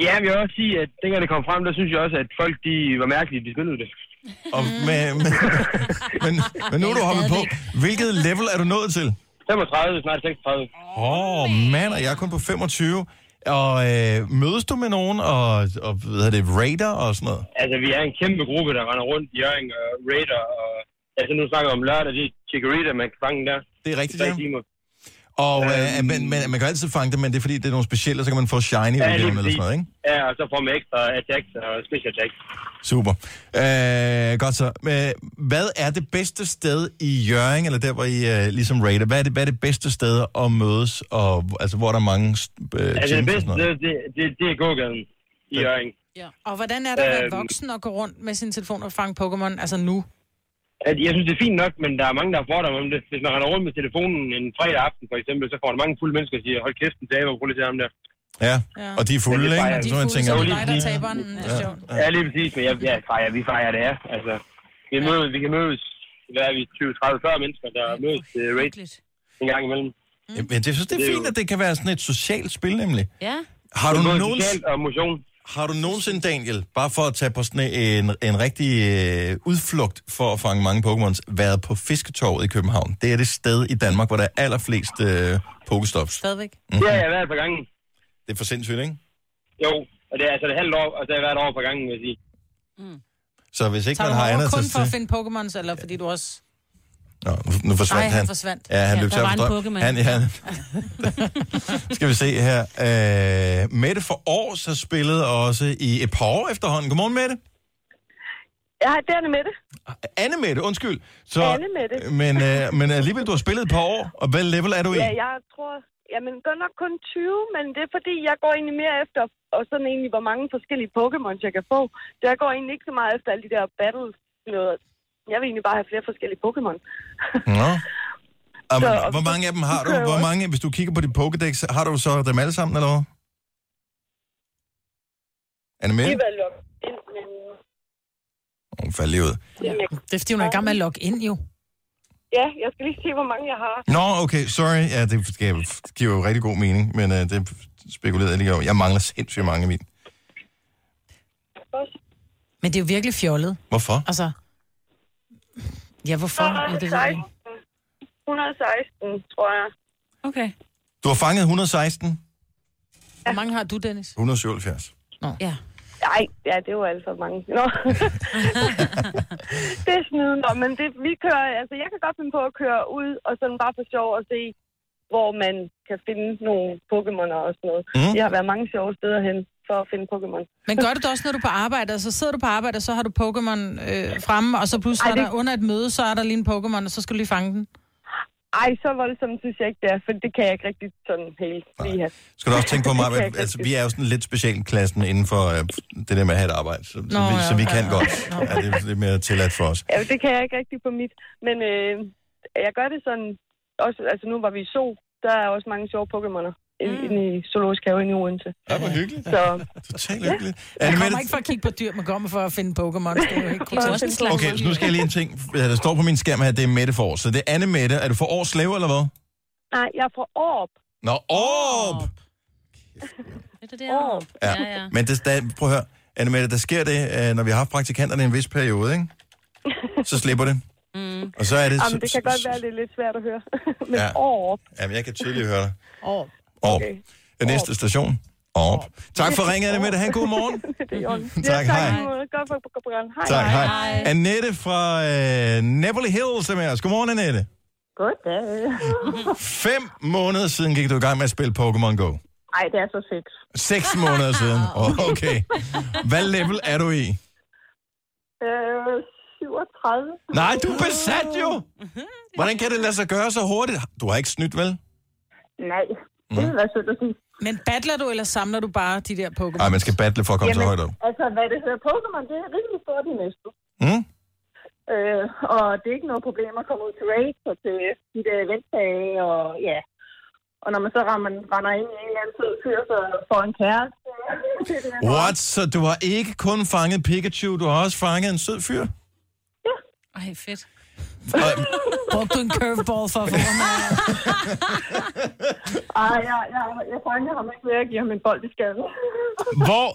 I: Ja, men jeg vil også sige, at dengang det kom frem, der synes jeg også, at folk de var mærkelige, de spillede det.
A: Og, men, men, men, men nu Mm. er du hoppet på. Hvilket level er du nået til?
I: 35, snart 36.
A: Åh, oh, mand, og jeg er kun på 25. Og øh, mødes du med nogen, og, og hvad hedder det, raider og sådan noget?
I: Altså, vi er en kæmpe gruppe, der render rundt i Jørgen og Raider. Og, altså, nu snakker jeg om lørdag, det er Chikorita, man kan fange der.
A: Det er rigtigt,
I: Tre
A: ja.
I: timer.
A: Og øh, men, men, man kan altid fange det, men det er fordi, det er nogle specielle, så kan man få shiny ja,
I: Øhm. lige
A: udgaven eller
I: præcis.
A: sådan noget, ikke?
I: Ja, og så får man ekstra attacks og special attacks.
A: Super. Øh, godt så. Øh, hvad er det bedste sted i Jøring, eller der, hvor I øh, ligesom raider, hvad er, det, hvad er det bedste sted at mødes, og, altså, hvor er der mange øh,
I: Altså, det
A: teams og sådan
I: bedste,
A: noget?
I: det, det, det, det er gågaden i Jørgen.
C: Og hvordan er det at være
I: Øhm.
C: voksen og gå rundt med sin telefon og fange Pokémon? Altså nu.
I: At Altså, Jeg synes, det er fint nok, men der er mange, der har fordomme om det. Hvis man render rundt med telefonen en fredag aften, for eksempel, så får der mange fulde mennesker, der siger, hold kæft, en dag, hvor prøv lige til ham der.
A: Ja,
C: Ja.
A: og de er fulde,
I: Men det er
A: ikke?
I: bare-
C: De
A: Så
C: er
A: man
C: fulde, så
A: tænker,
C: er
I: Jo,
C: det
I: lige
C: dig, der er
I: præcis.
C: taberen. Mm, det er sjovt.
I: Ja, lige præcis, men jeg, ja, fejrer, vi fejrer det her. Altså, vi, mødes, vi kan mødes, hvad er vi, 20, 30, 40 mennesker, der mødes til uh, raid
B: Hyggeligt.
I: en gang imellem.
A: Jamen, jeg synes, det
I: Det
A: er
I: er
A: fint,
I: jo-
A: at det kan være sådan et socialt spil, nemlig.
B: Ja.
A: Har du,
I: Både
A: nogens,
I: er socialt og motion.
A: har du nogensinde, Daniel, bare for at tage på sådan en, en rigtig øh, udflugt for at fange mange Pokémons, været på Fisketorvet i København? Det er det sted i Danmark, hvor der er allerflest øh, Pokestops.
C: Stadigvæk.
A: Mhm.
I: Mm-hmm. Det har jeg været et par gange.
A: Det er for sindssygt, ikke?
I: Jo, og det er altså det halvt år, og så har jeg været over et par gange, vil jeg sige.
A: Så hvis ikke
C: Tager
A: man
C: du
A: har andet
C: over
A: til...
C: kun for at finde Pokémons, eller fordi du også...
A: Nå, nu- nu forsvandt
C: Nej,
A: han.
C: han forsvandt.
A: Ja, han
B: Ja,
A: løb
B: der
A: tør
B: var
A: for
B: en
A: strøm.
B: Pokémon.
A: Han, han. Skal vi se her. Øh, Mette for Aars har spillet også i et par år efterhånden. Godmorgen, Mette.
J: Jeg har derne med det.
A: Anne Mette, undskyld. Så,
J: Anne Mette.
A: Men, øh, men alligevel, du har spillet et par år, og hvad level er du i?
J: Ja, jeg tror... Jamen, godt nok kun 20, men det er fordi, jeg går egentlig mere efter, og sådan egentlig, hvor mange forskellige Pokémon jeg kan få. Så jeg går egentlig ikke så meget efter alle de der battles. Noget. Jeg vil egentlig bare have flere forskellige Pokémon.
A: Nå. Og,
J: Så-
A: hvor mange af dem har du? Hvor mange, hvis du kigger på dit Pokédex, har du så dem alle sammen, eller hvad? Anne
J: Det
A: Mette?
J: er vel lukket ind, men...
A: Hun faldt lige ud.
C: Ja. Det er, fordi hun er i gang med at logge ind, jo.
J: Ja, jeg skal lige se, hvor mange jeg har.
A: Nå, okay, sorry. Ja, det giver, giver jo rigtig god mening, men øh, det spekulerede jeg lige over. Jeg mangler sindssygt mange af mine.
C: Men det er jo virkelig fjollet.
A: Hvorfor?
C: Altså, ja, hvorfor? Ja, det ved jeg ikke.
J: 116, tror jeg.
B: Okay.
A: Du har fanget 116,
C: Hvor mange har du, Dennis?
A: 177.
B: Ja.
J: Nej, ja, det var altså mange. Nå. det er sniden, nå, men det, vi kører, altså jeg kan godt finde på at køre ud, og sådan bare for sjov at se, hvor man kan finde nogle Pokémon og sådan noget.
A: Mm.
J: Mm. Jeg har været mange sjove steder hen for at finde Pokémon.
C: Men gør du det også, når du er på arbejde? Altså, sidder du på arbejde, og så har du Pokémon øh, fremme, og så pludselig
J: Ej, det-
C: er der under et møde, så er der lige en Pokémon, og så skal du lige fange den.
J: Ej, så voldsomt synes jeg ikke, det er, for det kan jeg ikke rigtig sådan helt lige have.
A: Skal du også tænke på
J: Det
A: mig,
J: kan jeg ikke
A: altså
J: rigtig.
A: vi er jo sådan lidt specialklassen inden for øh, det der med at have et arbejde, så, Nå, så, vi,
C: ja,
A: så vi
C: ja,
A: kan
C: ja.
A: godt.
C: Nå.
A: Ja, det er lidt mere tilladt for os.
J: Ja, det kan jeg ikke rigtig på mit. Men øh, jeg gør det sådan, også, altså nu var vi i Zoo, der er også mange sjove Pokémoner mm. inde i Zoologisk Have inde i Odense.
A: Ja, hvor hyggeligt.
J: Så
A: Totalt hyggeligt.
C: Man
A: Anne
C: kommer ikke
A: Mette,
C: for at kigge på dyr, man kommer for at finde Pokémon. Det er jo ikke
B: Det er jo også en slags...
A: okay, så nu skal jeg lige en ting. Ja, Der står på min skærm her, det er Mette for år. Så det er Anne Mette. Er du for års slave, eller hvad?
J: nej, jeg er fra Aarup.
A: Nå, Orb!
B: Er det der?
J: Orb.
A: Ja.
B: Ja, ja.
A: Men det, der, prøv at høre, Anne Mette, der sker det, øh, når vi har haft praktikanterne i en vis periode, ikke? Så slipper det. Mm. Og så er det...
J: Jamen, det kan godt være, det er lidt svært at høre. Men
A: Ja.
J: ja. Aarup.
A: Jamen, jeg kan tydeligt høre dig.
C: Orb.
A: Orb. Okay. Næste station. Orb. Tak for ringet, Anne Mette. Ha' en god morgen.
J: Det er i orden.
A: Tak,
J: ja, tak
A: hej.
J: i lige måde. Godt for at gå Hej.
A: Tak, hej. hej. Annette fra øh, Neverly Hills er med os. Godmorgen, Annette.
J: Goddag.
A: Fem måneder siden gik du i gang med at spille Pokémon Go.
J: Ej, det er så fedt.
A: Seks måneder siden. Oh, okay. Hvad level er du i?
J: Øh, 37.
A: Nej, du er besat jo! Hvordan kan det lade sig gøre så hurtigt? Du har ikke snydt, vel?
J: Nej,
A: Mhm.
J: det vil være sødt at sige.
C: Men battler du, eller samler du bare de der
A: Nej,
C: Pokémon?
A: man skal battle for at komme så højt op.
J: altså, hvad det hedder Pokémon, det er rimelig stort i næste.
A: Mm?
J: Øh, og det er ikke noget problem at komme ud til race og til de der eventsdage, og ja. Og når man så rammer, render ind i en eller anden sød fyr, så får en kæreste. Det er det, man har.
A: What? Så du har ikke kun fanget Pikachu, du har også fanget en sød fyr?
B: Ej, fedt.
A: Og,
C: Brugte du en curveball for at få mig?
J: Ej, jeg, jeg, jeg fanger ham ikke ved at give ham en bold i skaden.
A: hvor,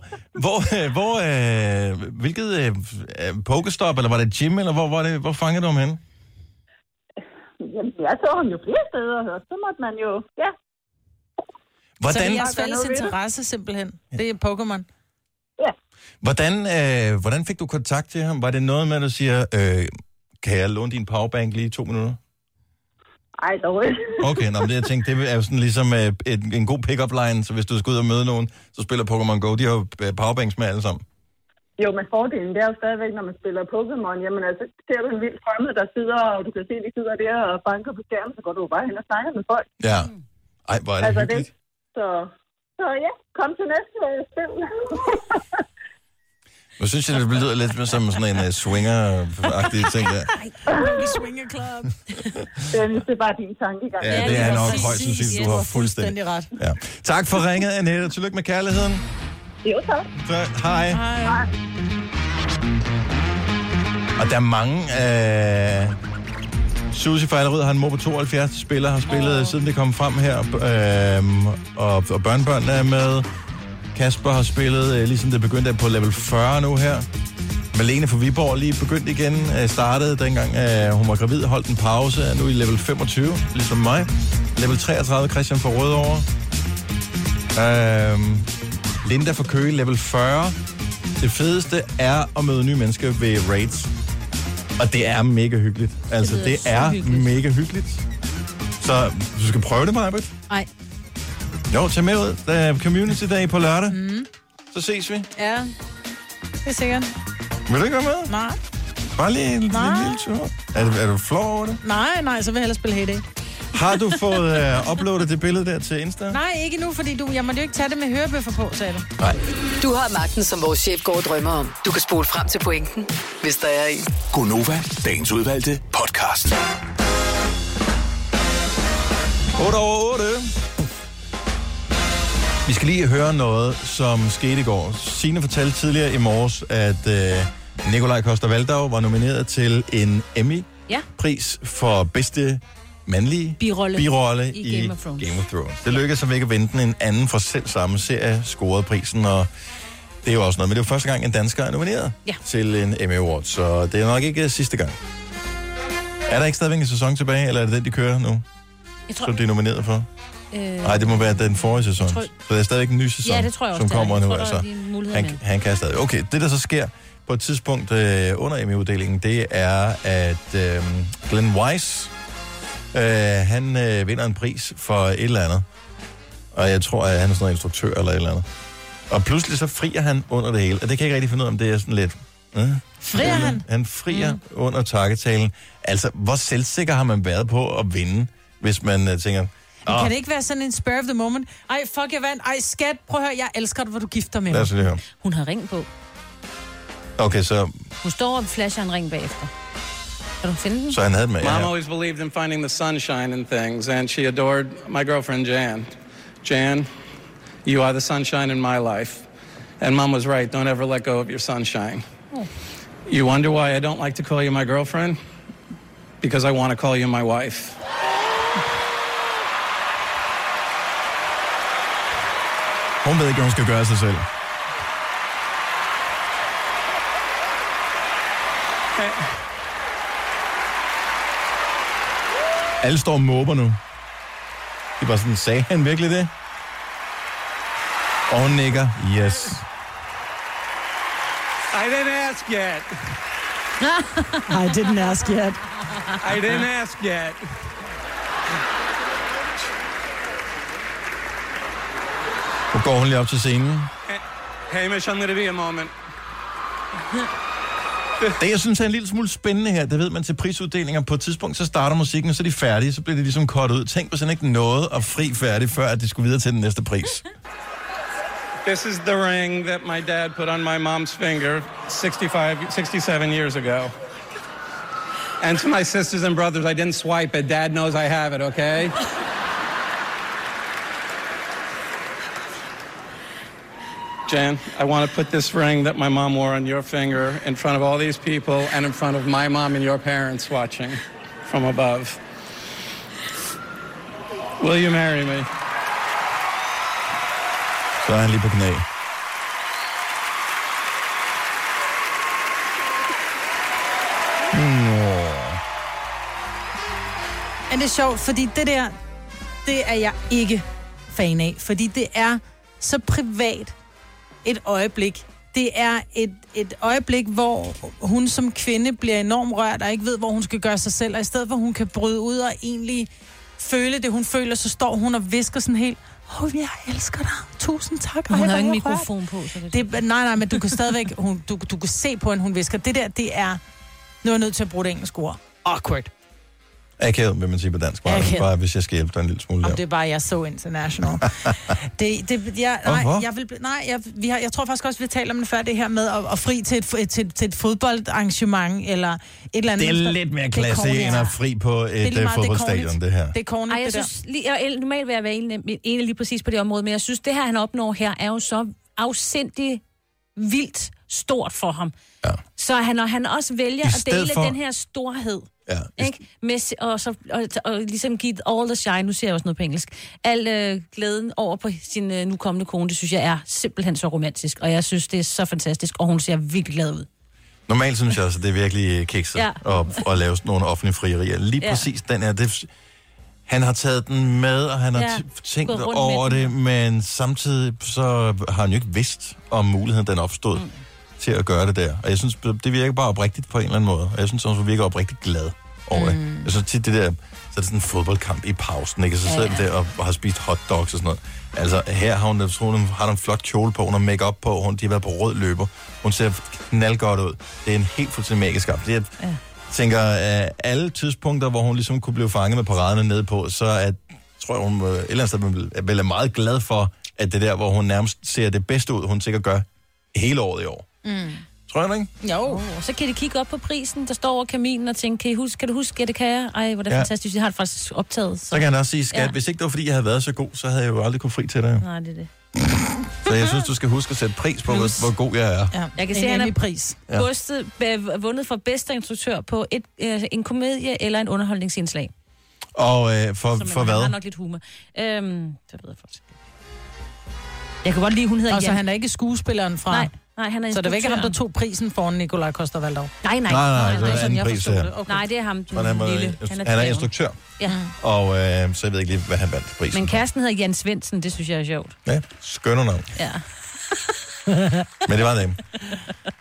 A: hvor, øh, hvor, øh, hvilket øh, øh, Pokestop, eller var det gym, eller hvor, var det, hvor fangede du ham henne?
J: Jamen, jeg så ham jo flere steder, og så måtte man jo, ja.
C: Så Altså, det er
A: Hvordan,
C: jeres fælles interesse, simpelthen. Det er Pokémon.
A: hvordan, øh, hvordan fik du kontakt til ham? Var det noget med, at du siger, øh, kan jeg låne din powerbank lige i to minutter?
J: Ej, dog ikke.
A: Okay, nå, men det, jeg tænkte, det er jo sådan ligesom øh, en, en god pick-up line, så hvis du skal ud og møde nogen, så spiller Pokémon Go. De har jo øh, powerbanks med alle sammen.
J: Jo, men fordelen, det er jo stadigvæk, når man spiller Pokémon. Jamen altså, ser du en vild fremmed, der sidder, og du kan se, de sidder der og banker på skærmen, så går du jo bare hen og snakker med folk.
A: Ja. Ej, hvor er det
J: Altså,
A: altså,
J: det-
A: hyggeligt.
J: Så, så ja, kom til næste øh, spil.
A: Nu synes jeg, det lyder lidt som sådan en uh, swinger-agtig ting der.
C: Vi swinger club.
J: Dennis, det er bare din tankegang.
A: Ja, det
B: lige
A: er nok
B: præcis.
A: højst sandsynligt,
B: Ja,
A: du
B: du
A: har
B: har
A: fuldstændig
C: ret.
A: Ja. Tak for ringet, Annette. Tillykke med kærligheden.
J: Jo, tak.
A: Så, hej. hej. Og der er mange... Øh... Susie fra Allerød har en mor på 72, der spiller, har spillet, oh. siden det kom frem her. Øh, og, og børnebørnene er med. Kasper har spillet, øh, ligesom det begyndte på level 40 nu her. Malene fra Viborg er lige begyndt igen. Øh, startede dengang øh, hun var gravid, holdt en pause, er nu i level 25, ligesom mig. Level 33, Christian fra Rødovre. Øhm, Linda fra Køge, level 40. Det fedeste er at møde nye mennesker ved raids. Og det er mega hyggeligt. Altså, det,
B: lyder
A: det
B: så
A: er hyggeligt.
B: hyggeligt.
A: mega hyggeligt. Så du skal prøve det, Maja.
C: Nej.
A: Jo, tag med ud. Der er Community Day på lørdag. Mm. Så ses vi.
C: Ja, det er sikkert.
A: Vil du ikke være med?
C: Nej.
A: Bare lige en, en lille tur. Er du, er du flov over det?
C: Nej, nej, så vil jeg hellere spille Hay
A: Har du fået øh, uploadet det billede der til Insta?
C: Nej, ikke nu, fordi du, jeg måtte jo ikke tage det med hørebøffer på, sagde du.
A: Nej.
D: Du har magten, som vores chef går og drømmer om. Du kan spole frem til pointen, hvis der er en.
E: Gonova, dagens udvalgte podcast.
A: 8 over 8. Vi skal lige høre noget, som skete i går. Signe fortalte tidligere i morges, at øh, Nikolaj Koster Valdau var nomineret til en
B: Ja.
A: Emmy-pris for bedste mandlige
B: Birolle.
A: birolle
B: I Game of Thrones.
A: Game of Thrones. Det lykkedes som ikke at vinde den. En anden fra selv samme serie scorede prisen, og det er jo også noget. Men det er jo første gang, en dansker er nomineret
B: Ja.
A: til en Emmy Award, så det er nok ikke øh, sidste gang. Er der ikke stadigvæk en sæson tilbage, eller er det den, de kører nu,
B: Jeg tror,
A: som de er nomineret for?
B: øh,
A: Nej, det må være den forrige sæson.
B: tror-
A: Så der er stadigvæk en ny sæson,
B: Ja, det tror jeg også,
A: som
B: der er.
A: kommer
B: Jeg
A: nu.
B: tror, der er
A: altså.
B: lige muligheder
A: han, han kan stadig. Okay, det der så sker på et tidspunkt øh, under Emmy-uddelingen, det er, at øh, Glenn Weiss, øh, han øh, vinder en pris for et eller andet. Og jeg tror, at han er sådan noget instruktør eller et eller andet. Og pludselig så frier han under det hele. Og det kan jeg ikke rigtig finde ud af, om det er sådan lidt... Øh,
C: Frier han?
A: Han frier mm. under takketalen. Altså, hvor selvsikker har man været på at vinde, hvis man øh, tænker...
C: Men
A: "Nå,
C: Kan det ikke være sådan en spur of the moment? Ej, fuck, jeg vandt. Ej, skat, prøv at høre, jeg elsker dig, hvor du gifter med
A: Lad
C: mig.
A: os lige høre.
B: hun har ring på.
A: Okay, så,
B: Hun står og flasher en ring bagefter. Kan du finde den?
A: så han havde den med.
K: Mom
A: Ja.
K: always believed in finding the sunshine in things, and she adored my girlfriend Jan. Jan, you are the sunshine in my life. And Mom was right, don't ever let go of your sunshine.
J: Oh.
K: You wonder why I don't like to call you my girlfriend? Because I want to call you my wife.
A: Hun ved ikke, hvad hun skal gøre sig selv. Alle står og måber nu. Det var sådan, sagde han virkelig det? Og hun nikker. Yes.
K: I didn't ask yet.
C: I didn't ask yet.
K: I didn't ask yet.
A: Nu går hun lige op til scenen.
K: Hamish, I'm going to be a moment.
A: Det, jeg synes er en lille smule spændende her, det ved man til prisuddelinger. På et tidspunkt, så starter musikken, og så er de færdige, så bliver det ligesom kort ud. Tænk, hvis han ikke nåede at fri færdig, før at de skulle videre til den næste pris.
K: This is the ring that my dad put on my mom's finger 65, 67 years ago. And to my sisters and brothers, I didn't swipe it. Dad knows I have it, okay? Jan, I want to put this ring that my mom wore on your finger in front of all these people and in front of my mom and your parents watching from above. Will you marry me?
A: Så er han lige på knæ. Nå.
C: Men det er sjovt, fordi det der, det er jeg ikke fan af. Fordi det er så privat et øjeblik. Det er et, et øjeblik, hvor hun som kvinde bliver enormt rørt og ikke ved, hvor hun skal gøre sig selv. Og i stedet for, at hun kan bryde ud og egentlig føle det, hun føler, så står hun og visker sådan helt, åh, oh, jeg elsker dig. Tusind tak.
B: Hun
C: Ej,
B: har jo
C: hvor er
B: ingen
C: jeg rørt."
B: mikrofon på, så det,
C: Det, nej, nej, men du kan stadigvæk, hun, du, du kan se på hende, hun visker. Det der, det er, nu er jeg nødt til at bruge det engelske ord. Awkward.
A: Akavet, vil man sige på dansk. Bare,
C: Akavet.
A: bare hvis jeg skal hjælpe dig en lille smule.
C: Om
A: Der.
C: det er bare, jeg er så international. det, det, jeg, nej,
A: Hvorfor?
C: jeg, vil, bl- nej jeg, vi har, jeg tror faktisk også, vi har talt om det før, det her med at, at fri til et, f- et, til, til et fodboldarrangement, eller et eller andet.
A: Det er lidt mere klasse
C: corny,
A: end at
C: altså.
A: fri på
C: er
A: et
C: lige
A: øh,
C: meget,
A: fodboldstadion,
C: cornigt.
A: det her.
C: Det er corny,
B: Ej, jeg
C: det der.
B: synes, lige, jeg, normalt vil jeg være enig, enig lige præcis på det område, men jeg synes, det her, han opnår her, er jo så afsindig vildt stort for ham. Ja. Så han, og han også vælger
A: I
B: at
A: stedet
B: dele
A: for-
B: for... den her storhed.
A: Ja.
B: Ikke? Med, s- og, så, og, og ligesom give it all the shine, nu siger jeg også noget på engelsk, al øh, glæden over på sin øh, nu kommende kone, det synes jeg er simpelthen så romantisk, og jeg synes, det er så fantastisk, og hun ser virkelig glad ud.
A: Normalt synes jeg også, at det er virkelig øh, kikset
B: Ja.
A: at, at lave sådan nogle offentlige frierier. Lige
B: Ja.
A: præcis den her, det, han har taget den med, og han har
B: Ja,
A: ja, tænkt
B: gået rundt
A: over
B: med
A: det, men samtidig så har han jo ikke vidst, om muligheden den opstod mm. til at gøre det der. Og jeg synes, det virker bare oprigtigt på en eller anden måde. Og jeg synes også, hun virker oprigtigt glad. over det. Mm. Jeg synes tit, det der, så er det sådan en fodboldkamp i pausen, ikke? Og så sidder ja, ja. der og, og har spist hotdogs og sådan noget. Altså, her har hun, jeg tror, hun har en flot kjole på, hun har make-up på, hun, de har været på rød løber. Hun ser knaldgodt ud. Det er en helt fuldstændig magisk kamp. Det er, ja. tænker, øh, alle tidspunkter, hvor hun ligesom kunne blive fanget med paraderne nede på, så er, tror jeg, hun øh, et eller andet sted vil- er vel er meget glad for, at det er der, hvor hun nærmest ser det bedste ud, hun sikkert gør hele året i år.
B: Mm.
A: Tror jeg, ikke?
B: Jo. Oh, så kan de kigge op på prisen, der står over kaminen og tænke, kan, I huske, kan du huske, at det kan jeg? Ej, hvor er det
A: Ja.
B: ja. fantastisk, jeg har det faktisk optaget.
A: Så kan han også sige, skat, ja.
B: Ja.
A: hvis ikke det var, fordi jeg havde været så god, så havde jeg jo aldrig kunne fri til dig. jo."
B: Nej, det er det.
A: Så jeg synes, du skal huske at sætte pris på, hvor, hvor god jeg er.
C: Ja.
B: Jeg
C: En
B: kan se, at han er
C: hemmelig pris.
A: Ja.
B: Bustet, øh, vundet for bedste instruktør på et, øh, en komedie eller en underholdningsindslag.
A: Og øh, for,
B: Så man-
A: for
B: han
A: hvad?
B: har nok lidt humor. Øhm, det ved jeg faktisk ikke. Jeg kan godt lide, hun hedder
C: Og så
B: Jan.
C: han er ikke skuespilleren fra...
B: Nej, nej, han er
C: Så det var ikke ham, der
B: instruktøren.
C: tog prisen foran Nikolaj koster valdau
B: Nej, nej.
A: Nej, nej, det var
C: sådan
A: anden
C: jeg
A: pris,
C: forstod
A: ja.
C: det. Okay.
B: Nej, det er ham, den
A: Han er,
B: lille.
A: han er, han er
B: dværgen.
A: instruktør,
B: Ja.
A: og øh, så jeg ved ikke lige, hvad han vandt prisen.
B: Men kæresten hedder Jan Svendsen, det synes jeg er sjovt.
A: Ja, skønner navn.
B: Ja.
A: Men det var dem.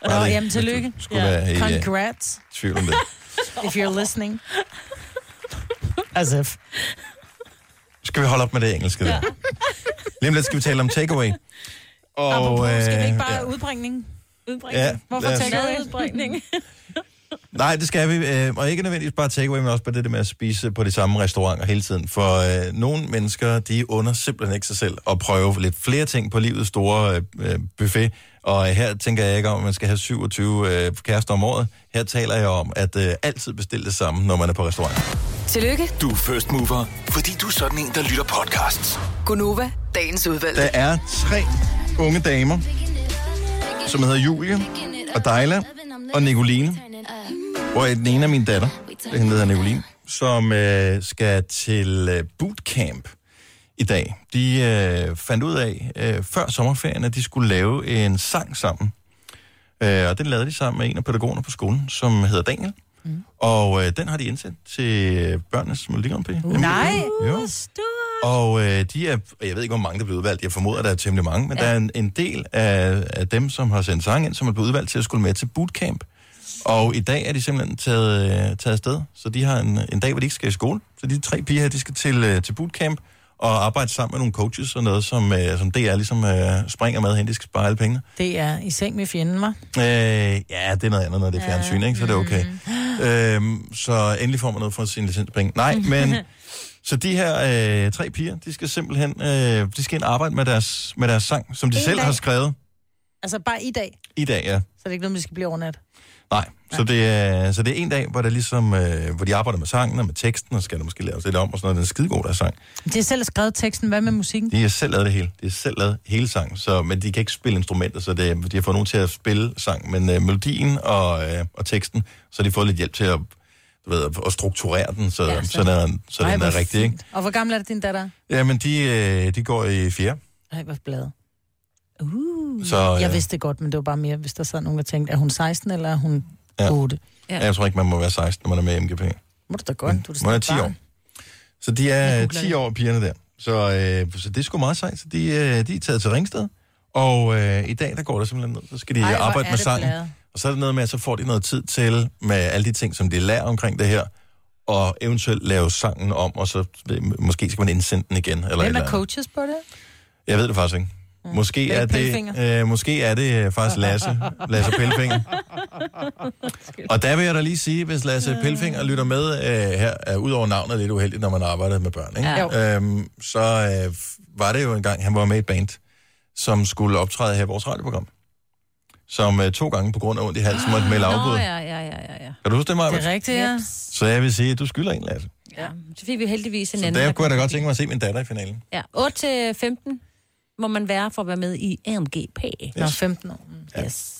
C: Nå,
A: det-
C: jamen, tillykke.
A: skulle være i, øh,
C: Congrats,
A: Tvivl om det.
C: if you're listening. As if.
A: Skal vi holde op med det engelske der? Ja. Lige om lidt skal vi tale om takeaway. Og, øh,
C: Apropos, øh, skal vi ikke bare
A: ja.
C: udbringning?
A: Udbringning. Ja,
C: Hvorfor
A: lad os-
C: tager jeg
B: udbringning?
A: Nej, det skal vi. øh, Og ikke nødvendigvis bare takeaway, men også bare det der med at spise på de samme restauranter hele tiden. For øh, nogle mennesker, de under simpelthen ikke sig selv at prøve lidt flere ting på livets store øh, øh, buffet. Og her tænker jeg ikke om, at man skal have 27 øh, kærester om året. Her taler jeg om, at øh, altid bestille det samme, når man er på restaurant.
D: Tillykke,
E: Du er first mover, fordi du er sådan en, der lytter podcasts.
D: Gunova, dagens udvalgte.
A: Der er tre unge damer, som hedder Julie og Dejla og Nicoline. Hvor den ene er min datter, den hedder Nicoline, som øh, skal til øh, bootcamp i dag. De øh, fandt ud af øh, før sommerferien, at de skulle lave en sang sammen. Øh, og den lavede de sammen med en af pædagogerne på skolen, som hedder Daniel. Mm. Og øh, den har de indsendt til øh, børnenes Melodi Grand Prix.
B: Uh,
C: Nej.
A: Jo. Og øh, de er, og jeg ved ikke, hvor mange der blev udvalgt. Jeg formoder, der er temmelig mange, men ja. der er en, en del af, af dem, som har sendt sang ind, som er blevet udvalgt til at skulle med til bootcamp. Og i dag er de simpelthen taget, øh, taget afsted, så de har en, en dag, hvor de ikke skal i skole. Så de tre piger her, de skal til, øh, til bootcamp og arbejde sammen med nogle coaches og noget, som, øh, som DR ligesom øh, springer med hen, de skal spare alle pengene.
C: Det er i seng med fjenden, var.
A: Øh, ja, det er noget andet, når det er fjernsyn, ikke? så det er okay.
C: Mm.
A: Øhm, så endelig får man noget for sin licenspenge. Nej, men... Så de her øh, tre piger, de skal simpelthen øh, de skal ind og arbejde med deres, med deres sang, som de
C: En
A: selv
C: dag.
A: har skrevet
C: Altså bare i dag,
A: i dag, ja.
C: så det er ikke noget, vi skal blive overnat.
A: Nej, så det, er, så det er en dag, hvor, der ligesom, øh, hvor de arbejder med sangen og med teksten, og skal der måske laves lidt om, og sådan noget. Den er skidegod, der sang.
C: De har selv skrevet teksten, hvad med musikken?
A: De har selv lavet det hele. De har selv lavet hele sangen, så, men de kan ikke spille instrumenter, så det, er- de har fået nogen til at spille sang, men øh, melodien og, øh, og teksten, så har de fået lidt hjælp til at, du ved, at- at strukturere den, så, ja, så. så, den, er, så
C: Ej,
A: den er
C: hvor
A: rigtig. Ikke?
C: Og hvor gammel er det, din datter?
A: Jamen, de, øh, de går i fjerde.
C: Ej, hvor blad. Uh,
A: Så,
C: jeg
A: øh,
C: vidste det godt, men det var bare mere, hvis der sad nogen og tænkte, er hun 16 eller er hun
A: Ja.
C: 8?
A: Ja. Jeg tror ikke, man må være 16, når man er med i MGP.
C: Må du da godt, du er da
A: Man er
C: stadig
A: 10
C: barn.
A: år. Så de er 10 år, pigerne der. Så, øh, så det er sgu meget sejt. Så de, øh, de er taget til Ringsted, og øh, i dag, der går der simpelthen ned. Så skal de
C: Ej,
A: Ej,
C: hvor
A: arbejde
C: er
A: med
C: det
A: sangen.
C: blæret.
A: Og så er det noget med, at så får de noget tid til med alle de ting, som de lærer omkring det her, og eventuelt lave sangen om, og så ved- måske skal man indsende den igen. Eller et
C: Hvem
A: eller
C: er
A: andet.
C: coaches på det?
A: Jeg ved det faktisk ikke. Måske
C: Det
A: er
C: er
A: det,
C: Pelfinger.
A: øh, måske er det øh, faktisk Lasse, Lasse Pelfinger. Og der vil jeg da lige sige, hvis Lasse Pelfinger lytter med øh, her, er ud over navnet lidt uheldigt, når man arbejder med børn, ikke?
C: Ja. Jo.
A: Øhm, så øh, var det jo en gang, han var med i et band, som skulle optræde her i vores radioprogram, som øh, to gange på grund af ondt i halsen måtte melde afbud.
B: Nå, ja, ja, ja, ja, ja.
A: Kan du huske det, Maja?
C: Det er rigtigt, ja.
A: Så jeg vil sige, at du skylder en, Lasse.
B: ja. Så fik vi heldigvis en
A: Så
B: anden.
A: der kunne jeg da godt tænke mig at se min datter i finalen.
B: Ja, 8-15 må man være for at være med i AMGP.
A: Nå,
C: 15 år. Mm.
B: Yes.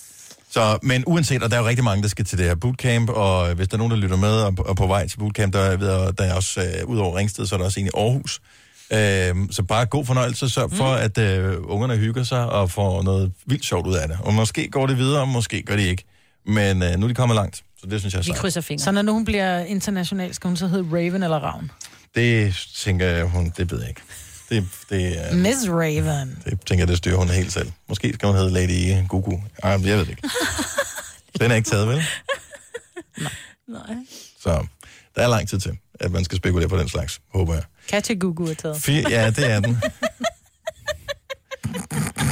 A: Så, men uanset, og der er jo rigtig mange, der skal til det her bootcamp, og hvis der er nogen, der lytter med og, og på vej til bootcamp, der, er- ved, jeg, der er også, øh, ud over Ringsted, så er der også en i Aarhus. Øh, så bare god fornøjelse, sørg for, mm. at øh, ungerne hygger sig og får noget vildt sjovt ud af det. Og måske går det videre, og måske gør det ikke. Men øh, nu er de kommet langt, så det synes jeg er
B: Vi
A: sejt.
B: krydser fingre.
C: Så når nu hun bliver international, skal hun så hedde Raven eller Ravn?
A: Det tænker jeg, hun, det ved jeg ikke. Det, det, øh,
C: Miss Raven.
A: det tænker jeg, det styrer hun helt selv. Måske skal hun hedde Lady Gugu. Ej, jeg ved det ikke. Den er ikke taget, vel?
B: Nej.
A: Så. Der er lang tid til, at man skal spekulere på den slags, håber jeg.
C: Katja Gugu er taget.
A: Fi- ja, det er den. Det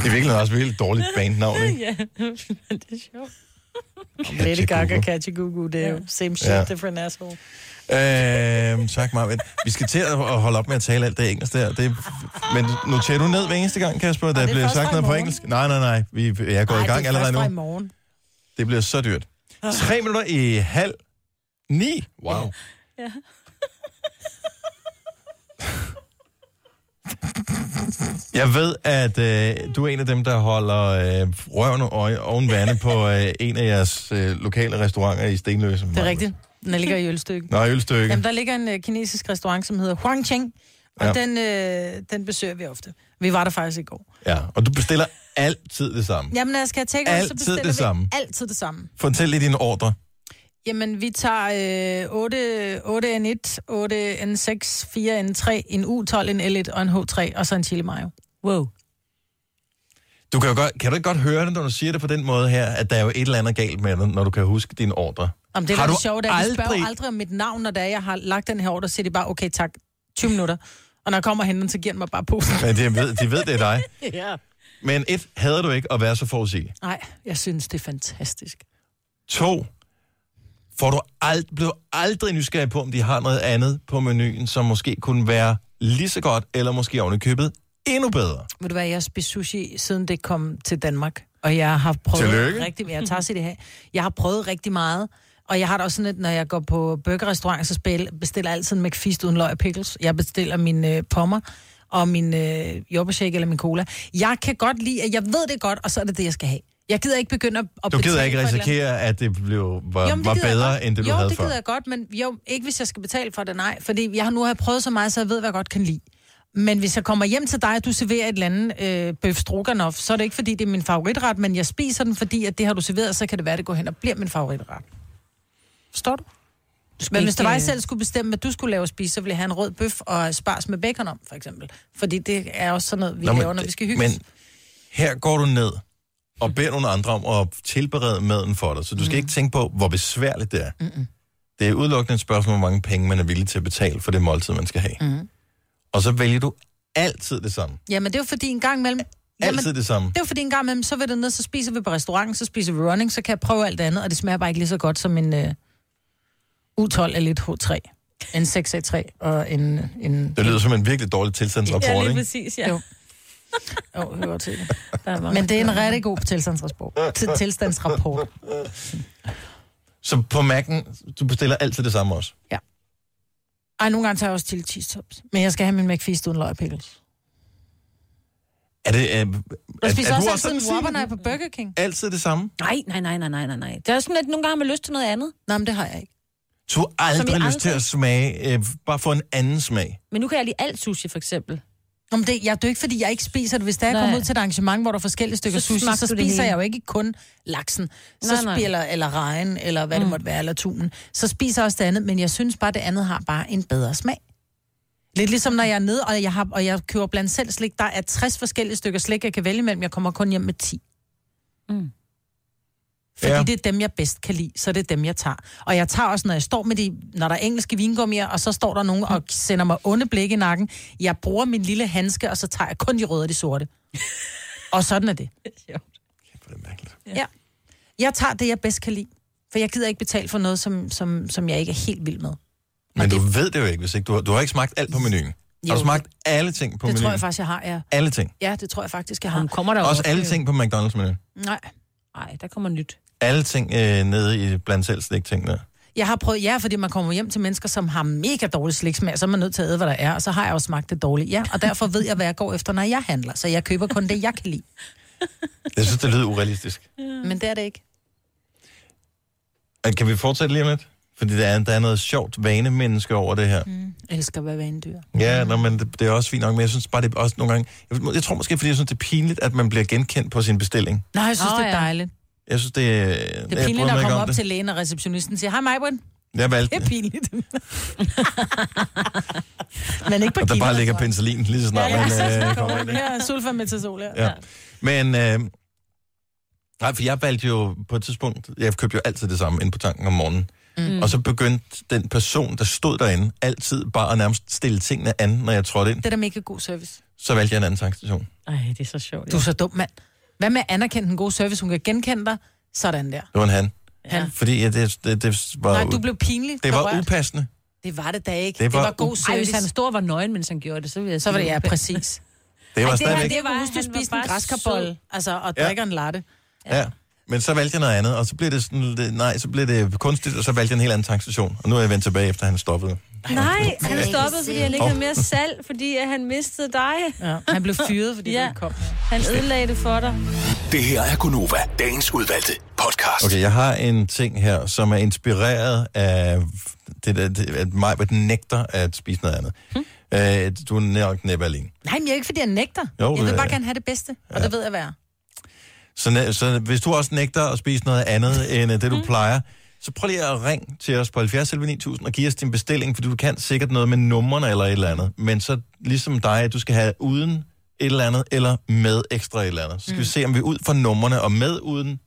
A: er virkelig også et virkelig dårligt bandnavn, ikke?
C: ja, men det er sjovt. Lady Gaga, Katja Gugu, det er jo same shit,
A: Ja.
C: different asshole.
A: Øhm, tak, Marvind. Vi skal til at at holde op med at tale alt det engelsk der. Det, men noterer du ned hver eneste gang, Kasper, der
C: det er
A: bliver
C: først fra
A: sagt
C: i
A: noget på
C: morgen.
A: engelsk? Nej, nej, nej. Vi, jeg går i gang allerede nu.
C: i morgen.
A: Det bliver så dyrt. Tre minutter i halv ni. Wow.
B: Ja.
A: Jeg ved, at øh, du er en af dem, der holder øh, røven og øje- oven vande på øh, en af jeres øh, lokale restauranter i Stenløse.
C: Det er rigtigt. Den ligger i Ølstykke.
A: Nå, ølstykke.
C: Jamen, der ligger en øh, kinesisk restaurant, som hedder Huangcheng, og
A: Ja.
C: ja. den, øh, den besøger vi ofte. Vi var der faktisk i går.
A: Ja, og du bestiller altid det samme.
C: Jamen, når jeg skal have takeaway, så
A: Altid
C: bestiller
A: det
C: vi
A: samme.
C: altid det samme.
A: Fortæl lige din ordre.
C: Jamen, vi tager øh, 8, 8N1, 8N6, 4N3, en U12, en L1 og en H3, og så en chili mayo. Wow.
A: Du kan, jo godt, kan du ikke godt høre det, når du siger det på den måde her, at der er jo et eller andet galt med det, når du kan huske din ordre?
C: Jamen, det er
A: har
C: da
A: du
C: det sjovt, at aldrig... de spørger jo
A: aldrig-
C: aldrig om mit navn, når det er, jeg har lagt den her ordre, så siger de bare, okay, tak, 20 minutter. Og når jeg kommer og henter den, så giver den mig bare posen.
A: Men de ved, de ved, det er dig.
C: ja.
A: Men et, hader du ikke at være så forudsigelig?
C: Nej, jeg synes, det er fantastisk.
A: To, får du ald- blev aldrig nysgerrig på, om de har noget andet på menuen, som måske kunne være lige så godt, eller måske oven i købet endnu bedre.
C: Ved du hvad, jeg har spist sushi, siden det kom til Danmark. Og jeg har prøvet
A: Tillykke.
C: rigtig jeg tager sig det her. Jeg har prøvet rigtig meget. Og jeg har det også sådan lidt, når jeg går på burgerrestaurant, så spil- bestiller jeg altid en McFeast uden løg og pickles. Jeg bestiller min øh, pommer og min øh, jordbærshake eller min cola. Jeg kan godt lide, at jeg ved det godt, og så er det det, jeg skal have. Jeg gider ikke begynde at, at
A: Du gider
C: betale
A: ikke
C: for et eller andet.
A: risikere, at det blev, var,
C: Jo,
A: jo,
C: men
A: var
C: gider jeg
A: bedre,
C: godt.
A: end det du
C: jo,
A: havde
C: det
A: før.
C: gider jeg godt, men jo, ikke hvis jeg skal betale for det, nej. Fordi jeg har nu har jeg prøvet så meget, så jeg ved, hvad jeg godt kan lide. Men hvis jeg kommer hjem til dig, og du serverer et eller andet øh, bøf stroganoff, så er det ikke, fordi det er min favoritret, men jeg spiser den, fordi at det har du serveret, så kan det være, at det går hen og bliver min favoritret. Forstår du? du men hvis
B: ikke,
C: der var, jeg
B: øh,
C: selv skulle bestemme, at du skulle lave at spise, så ville jeg have en rød bøf og spars med bacon om, for eksempel. Fordi det er også sådan noget, vi Nå, laver, når vi skal hygge.
A: Men her går du ned og beder nogle andre om at tilberede maden for dig, så du skal mm. ikke tænke på, hvor besværligt det er. Mm-mm. Det er udelukkende et spørgsmål, hvor mange penge man er villig til at betale for det måltid, man skal have.
C: Mm.
A: Og så vælger du altid det samme.
C: Jamen, det er jo fordi en gang imellem... Jamen,
A: Altid det samme.
C: Det er jo fordi en gang imellem, så vil det ned, så spiser vi på restauranten, så spiser vi running, så kan jeg prøve alt andet, og det smager bare ikke lige så godt som en øh, U12 eller et H3. En 6A3 og en... en
A: Det lyder som en virkelig dårlig tilstandsrapport, ikke?
B: præcis, ja.
C: Jo. Jo, jeg kan godt se det. Men det er en rigtig god tilstandsrapport. Til- tilstandsrapport.
A: Så på Mac'en, du bestiller altid det samme også.
C: Ej, nogle gange tager jeg også til cheese tops. Men jeg skal have min McFeast uden løg og pickles.
A: Er det... Øh, er, er,
C: Jeg spiser også
A: du
C: altid en
A: sådan,
C: Whopper,
A: Signe?
C: når jeg er på Burger King.
A: Altid det samme?
B: Nej, nej, nej, nej, nej, nej, nej. Det er sådan, at nogle gange har man lyst til noget andet.
C: Nej, men det har jeg ikke.
A: Du har aldrig lyst
B: i
A: til at smage, øh, bare få en anden smag.
B: Men nu kan jeg lide alt sushi, for eksempel.
C: Nå, men det, jeg, det er jo ikke, fordi jeg ikke spiser det. Hvis der er
B: Nej.
C: kommet ud til et arrangement, hvor der er forskellige stykker
B: Så
C: så sushi,
B: smagte
C: så
B: du det
C: spiser
B: hele.
C: jeg jo ikke kun laksen. Så
B: Nej, nej.
C: spiller, eller rejen, eller hvad mm. det måtte være, eller tunen. Så spiser jeg også det andet, men jeg synes bare, det andet har bare en bedre smag. Lidt ligesom når jeg er nede, og jeg, har, og jeg køber blandt selv slik. Der er 60 forskellige stykker slik, jeg kan vælge imellem. Jeg kommer kun hjem med 10.
B: Mm.
C: Fordi
A: Ja.
C: ja. det er dem, jeg bedst kan lide, så det er dem, jeg tager. Og jeg tager også, når jeg står med de, når der er engelske vingummier, og så står der nogen og sender mig onde blikke i nakken. Jeg bruger min lille handske, og så tager jeg kun de røde og de sorte. og sådan er det. Ja. ja. Jeg tager det, jeg bedst kan lide. For jeg gider ikke betale for noget, som, som, som jeg ikke er helt vild med.
A: Men du ved det jo ikke, hvis ikke du har, du har ikke smagt alt på menuen. Har
C: Jo.
A: du smagt alle ting på
C: det
A: menuen?
C: tror jeg faktisk, jeg har, ja.
A: Alle ting.
C: Ja, det tror jeg faktisk, jeg har.
B: kommer der
A: Også alle ting på McDonald's menuen.
C: Nej.
B: Nej, der kommer nyt.
A: Alle ting øh, nede i blandt selv slik ting der.
C: Jeg har prøvet, ja, fordi man kommer hjem til mennesker, som har mega dårlig sliksmag, så er man nødt til at æde, hvad der er, og så har jeg jo smagt det dårligt. Ja, og derfor ved jeg, hvad jeg går efter, når jeg handler, så jeg køber kun det, jeg kan lide.
A: Jeg synes, det lyder urealistisk.
C: Men det er det ikke.
A: Øh, Kan vi fortsætte lige om lidt? Fordi der er, der er noget sjovt vanemenneske over det her. Mm.
C: Jeg elsker at være vanedyr.
A: Ja, nå, men det, det, er også fint nok, men jeg synes bare, det er også nogle gange... Jeg, jeg tror måske, fordi jeg synes, det er pinligt, at man bliver genkendt på sin bestilling.
C: Nej, jeg synes,
B: Åh,
C: oh, det er
B: ja.
C: dejligt.
A: Jeg synes, det er...
C: Det er pinligt at komme op det. til lægen og receptionisten og sige, hej Majbrit.
A: Jeg valgte
C: Det er
A: det.
C: pinligt. Men ikke på
A: Og der
C: Kina,
A: bare ligger
C: tror jeg.
A: penicillin lige så snart,
C: Ja, ja, så
A: man øh,
C: snakker
A: kommer
C: man.
A: ind. ikke?
C: Ja, sulfametazol, ja.
A: Ja. Men, øh, nej, for jeg valgte jo på et tidspunkt, jeg købte jo altid det samme ind på tanken om morgenen. Mm. Og så begyndte den person, der stod derinde, altid bare at nærmest stille tingene an, når jeg trådte ind.
C: Det er da mega god service.
A: Så valgte jeg en anden tankstation.
B: Ej, det er så sjovt.
C: Du er så dum, mand. Hvad med at anerkende den gode service? Hun kan genkende dig. Sådan der.
A: Det var en han.
C: Han.
A: Fordi ja, det, det, det var...
C: Nej, du
A: u-
C: blev pinlig.
A: Det var
C: berørt.
A: upassende.
C: Det var det da ikke.
A: Det
C: Det
A: var
C: var,
A: u-
C: det var god
B: Ej,
C: service.
B: hvis han stod og var nøgen, mens han gjorde det, så ville jeg
C: Så var
B: sige,
C: det, ja,
B: okay.
C: præcis.
A: Det var
C: Ej, det var,
A: stadigvæk...
C: det var, huske, du
B: han var
C: spiste en
B: bare sød.
C: græskarbolle, altså, og
A: Ja.
C: drikker en latte.
A: Ja. Men så valgte jeg noget andet, og så blev det sådan... lidt- Nej, så blev det kunstigt, og så valgte jeg en helt anden tankstation. Og nu er jeg vendt tilbage, efter han stoppede.
B: Nej, han stoppede, fordi han ikke
A: Åh.
B: havde mere salg, fordi at han mistede dig.
C: Ja. Han blev fyret, fordi ja.
B: Ja.
C: du ikke kom.
B: Han ødelagde det for dig.
E: Det her er Gunova, dagens udvalgte podcast.
A: Okay, jeg har en ting her, som er inspireret af det der, det, at mig nægter at spise noget andet. Hmm. Øh, du er nok næppe alene.
C: Nej, men jeg er ikke, fordi jeg nægter.
A: Jo,
C: jeg vil
A: ja,
C: bare
A: ja.
C: gerne have det bedste, og det ved jeg, hvad jeg er.
A: Så, næ- så hvis du også nægter at spise noget andet end øh, det, du plejer, så prøv lige at ringe til os på 70 11 9000 og give os din bestilling, for du kan sikkert noget med numrene eller et eller andet. Men så ligesom dig, at du skal have uden et eller andet, eller med ekstra et eller andet. Så skal mm. vi se, om vi ud fra numrene og med uden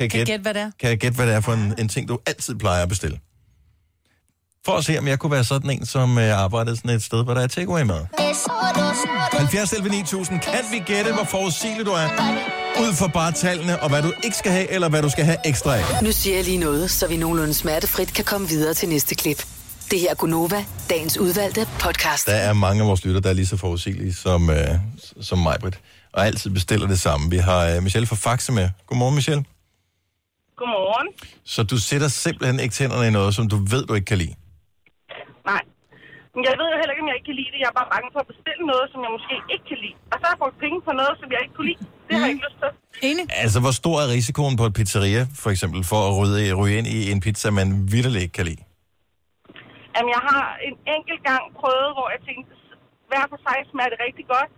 A: kan,
C: Kan jeg
A: gætte,
C: gætte, hvad det er?
A: kan jeg gætte, hvad det er for en, en ting, du altid plejer at bestille. For at se, om jeg kunne være sådan en, som øh, arbejdede sådan et sted, hvor der er takeaway mad. 70 11 9000. Kan vi gætte, hvor forudsigelig du er? Ud fra bare tallene, og hvad du ikke skal have, eller hvad du skal have ekstra af.
D: Nu siger jeg lige noget, så vi nogenlunde smertefrit kan komme videre til næste klip. Det her er Gunova, dagens udvalgte podcast.
A: Der er mange af vores lytter, der er lige så forudsigelige som, øh, som mig, Britt. Og altid bestiller det samme. Vi har øh, Michelle fra Faxe med. Godmorgen, Michelle.
H: Godmorgen.
A: Så du sætter simpelthen ikke tænderne i noget, som du ved, du ikke kan lide.
H: Nej. Men jeg ved jo heller ikke, om jeg ikke kan lide det. Jeg er bare bange for at bestille noget, som jeg måske ikke kan lide. Og så har jeg brugt penge på noget, som jeg ikke kunne lide. Det har jeg ikke lyst til.
C: Enig?
A: Altså, hvor stor er risikoen på et pizzeria, for eksempel, for at ryge, ryge ind i en pizza, man vitterligt ikke kan lide?
H: Jamen, jeg har en enkelt gang prøvet, hvor jeg tænkte, hver for sig smager det rigtig godt.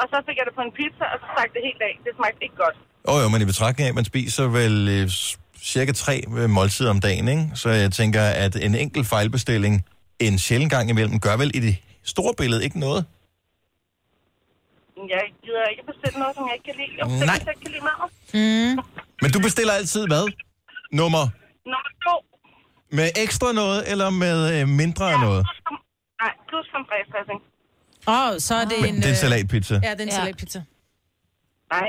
H: Og så fik jeg det på en pizza, og så smagte det helt af. Det smagte ikke godt.
A: Åh jo, men i betragtning af, at man spiser vel øh, s- cirka tre øh, måltider om dagen, ikke? Så jeg tænker, at en enkelt fejlbestilling en sjældent gang imellem gør vel i det store billede ikke noget?
H: Men Jeg gider ikke bestille noget, som jeg ikke kan lide. Jeg
A: Nej.
H: Jeg ikke kan lide meget.
A: Men du bestiller altid hvad? Nummer
H: Nummer to.
A: med ekstra noget, eller med øh, mindre af noget?
H: Nej, plus som fræsdressing.
C: Åh, oh, så er det en...
A: Men det er en
C: øh,
A: salatpizza.
C: Ja, det er en
B: Ja.
C: salatpizza.
H: Nej.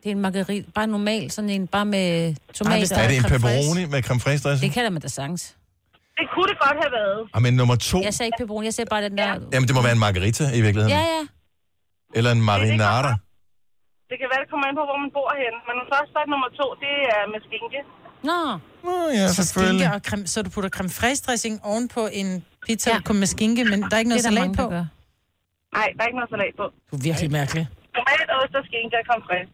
B: Det er en margarita, bare normal, sådan en, bare med
C: Ej, hvis
B: tomater.
C: der
A: Er det en
C: creme fraiche.
A: pepperoni med creme fraiche
B: Det
A: dressing?
B: kan der med da sagtens.
H: Det kunne det godt have været.
A: Og Ah, men nummer to,
B: Jeg sagde ikke pepperoni, jeg sagde bare den der...
A: jamen det må være en margarita i virkeligheden.
B: Ja, ja.
A: Eller en marinara.
H: Det kan være, det kommer an på, hvor man bor henne. Men først så er nummer to, det er med skinke.
B: Nå,
A: Nå ja,
C: Så
A: selvfølgelig.
C: skinke og creme, så du putter creme fraise dressing ovenpå en pizza
B: Ja.
C: ja. med skinke, men der er ikke noget
B: det er der mange,
C: salat på.
B: der gør.
H: Nej, der er ikke noget salat på.
C: Du er virkelig mærkelig.
H: Tomat, ost og skinke og komfræs.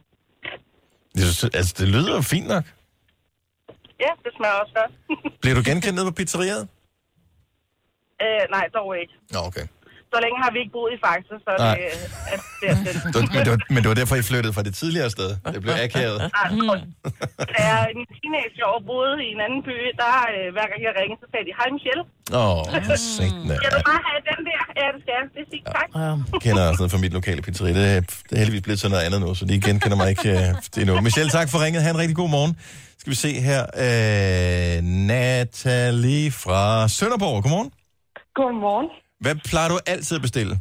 A: Jeg synes, Altså, det lyder jo fint nok.
H: Ja, det smager også godt.
A: Bliver du genkendt nede på pizzeriet?
H: øh, nej, dog ikke.
A: Nå, okay.
H: Så længe har vi ikke boet i Faxe, så er det, øh,
A: Nej.
H: at det er den.
A: Det var, men, det var, men det var derfor, I flyttede fra det tidligere sted. Det blev akavet.
H: Ah, Da jeg i mine teenageår boede i en anden by, der øh, hver gang jeg ringede, så sagde de, hej Michelle,
A: Åh, oh, satan.
H: skal du bare have den der? Ja, det skal jeg. Det er fint, tak.
A: Jeg kender sådan noget fra mit lokale pizzeria. Det er, det er heldigvis blevet til noget andet nu, så de genkender mig ikke øh, endnu. Michelle, tak for ringet. Ha' en rigtig god morgen. Skal vi se her. Øh, Natalie fra Sønderborg. Godmorgen.
L: Godmorgen.
A: Hvad plejer du altid at bestille?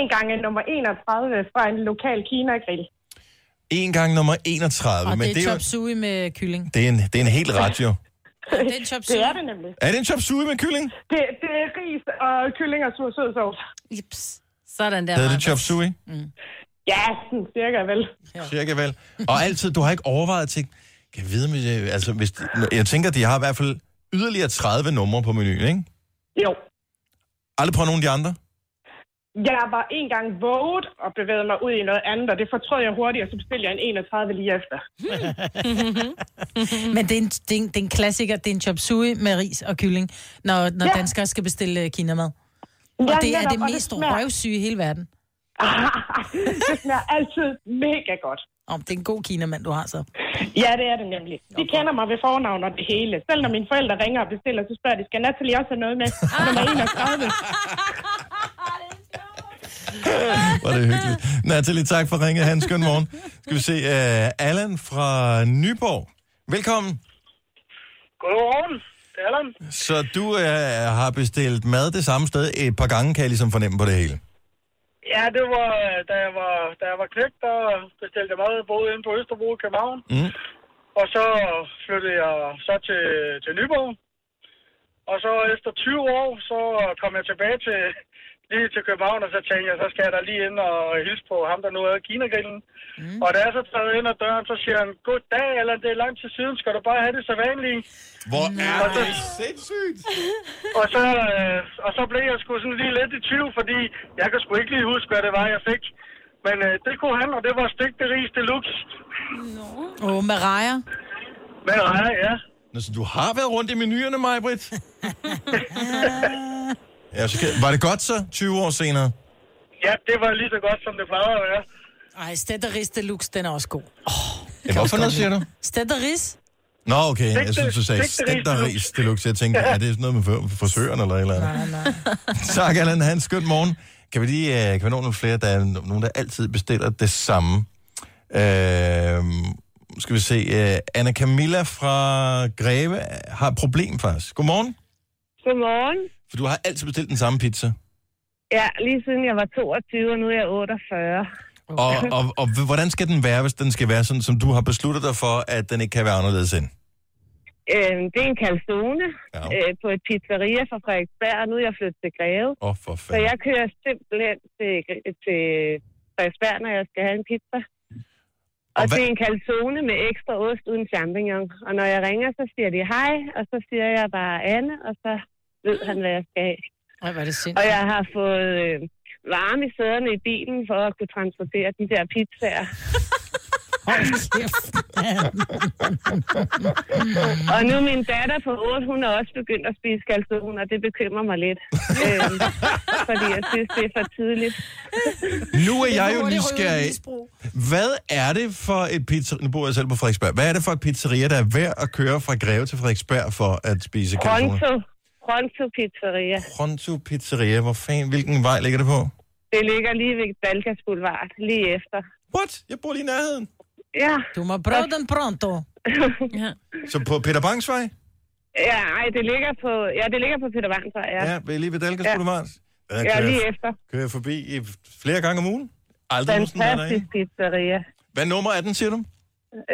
L: En gang er nummer 31 fra en lokal Kina-grill.
A: En gang nummer 31.
C: Og
A: men
C: det er chop
A: jo,
C: suey med kylling.
A: det, er en, det er en helt radio.
C: Det er en chop
L: Det
C: suey.
L: er det nemlig.
A: Er det en chop suey med kylling?
L: Det, det er ris og kylling og sur sødsovs.
B: Ips. Sådan der.
A: Hedder det
B: Marcus.
A: chop suey?
L: Ja, sådan cirka vel.
A: Cirka vel. Og altid, du har ikke overvejet at tænke, kan jeg vide, om jeg- altså, hvis, jeg tænker, de har i hvert fald yderligere 30 numre på menuen, ikke?
L: Jo.
A: Aldrig prøvet nogen af de andre?
L: Jeg var en gang våget og bevægede mig ud i noget andet, og det fortrød jeg hurtigt, og så bestilte jeg en 31 lige efter.
C: Men det er, en, det, er en, det er en klassiker, det er en chop suey med ris og kylling, når, når ja.
L: Ja.
C: danskere skal bestille øh, kinamad. Og det er
L: Ja, netop,
C: det
L: og det
C: mest
L: smager-
C: røvsyge i hele verden.
L: det smager altid mega godt.
C: Om det er en god kinamand, du har så.
L: Ja, det er det nemlig. De kender mig ved fornavn og det hele. Selv når mine forældre ringer og bestiller, så spørger de, skal Natalie også have noget med? Nummer 31.
A: Var det hyggeligt. Natalie, tak for ringet. Hans, skøn morgen. Skal vi se, uh, Allan fra Nyborg. Velkommen.
H: Godmorgen.
L: alderen.
A: Så du øh, har bestilt mad det samme sted et par gange, kan jeg ligesom fornemme på det hele.
L: Ja, det var, øh, da jeg var, da jeg var knægt, der bestilte jeg mad både inde på Østerbro i København.
A: Mm.
L: Og så flyttede jeg så til, til Nyborg. Og så efter 20 år, så kom jeg tilbage til, lige til København, og så tænkte jeg, så skal jeg da lige ind og hilse på ham, der nu er Kinagrillen. Mm. Og da jeg så træder ind ad døren, så siger han, god dag, eller det er lang tid siden, skal du bare have det så vanlige.
A: Hvor
L: er det
A: sindssygt!
L: Og så, øh, og så blev jeg sgu sådan lige lidt i tvivl, fordi jeg kan sgu ikke lige huske, hvad det var, jeg fik. Men øh, det kunne han, og det var stegte ris deluxe.
C: Åh, oh, med rejer.
L: Med rejer, ja.
A: Nå, så du har været rundt i menuerne, Majbrit? ja, så kan... Var det godt så, 20 år senere?
L: Ja, det var lige så godt, som det plejede at være.
C: Ej, Stetteris Deluxe, den er også god.
A: Ja, hvorfor noget, siger du?
C: Stetteris?
A: Nå, okay, jeg
C: Stegte-
A: synes, du sagde
C: stegte ris
A: stænderris deluxe. Jeg tænkte, er det sådan noget med før- frisøren eller et eller andet?
C: Nej, nej.
A: Tak, Allan. Ha' en skøn morgen. Kan vi lige øh, kan vi nå nogle flere? Der er no- nogen, der altid bestiller det samme. Øh, skal vi se. Øh, Anna Camilla fra Greve har et problem faktisk. Godmorgen.
M: Godmorgen.
A: For du har altid bestilt den samme pizza.
M: Ja, lige siden jeg var 22, og nu er jeg 48.
A: Og, og, og h- hvordan skal den være, hvis den skal være sådan, som du har besluttet dig for, at den ikke kan være anderledes end?
M: Øh, det er en calzone ja. øh, på et pizzeria fra Frederiksberg, og nu er jeg flyttet til Greve.
A: Åh, oh, for
M: Så
A: fanden.
M: jeg kører simpelthen til, til Frederiksberg, når jeg skal have en pizza. Og, og
A: hvad-
M: det er en calzone med ekstra ost uden champignon. Og når jeg ringer, så siger de hej, og så siger jeg bare Anne, og så ved han, hvad jeg skal have.
C: Ej, hvor er det
M: Og
C: sindssygt.
M: jeg har fået øh, varme i sæderne i bilen for at kunne transportere de der pizzaer.
C: Hold kæft.
M: og nu er min datter på 8, hun er også begyndt at spise calzone, og det bekymrer mig lidt. øhm, fordi jeg synes, det er for tidligt.
A: Nu er jeg jo nysgerrig. Hvad er det for et pizzeria... Nu bor jeg selv på Frederiksberg. Hvad er det for et pizzeria, der er værd at køre fra Greve til Frederiksberg for at spise kalsoner?
M: Pronto. Pronto Pizzeria.
A: Pronto Pizzeria. Hvor fanden, hvilken vej ligger det på?
M: Det ligger lige ved Balkas Boulevard, lige efter.
A: What? Jeg bor lige i nærheden.
M: Ja.
C: Du må prøve den pronto.
M: ja.
A: Så på Peter Bangs vej?
M: Ja, ej, det ligger på, ja, det ligger på Peter Vansvej, ja.
A: Ja, ved- lige ved Dalgas ja. Boulevard. Ja,
M: Ja,
A: kører-
M: lige efter.
A: Kører jeg forbi i flere gange om ugen? Aldrig nogensinde været
M: Fantastisk
A: derinde.
M: pizzeria.
A: Hvad nummer er den, siger du?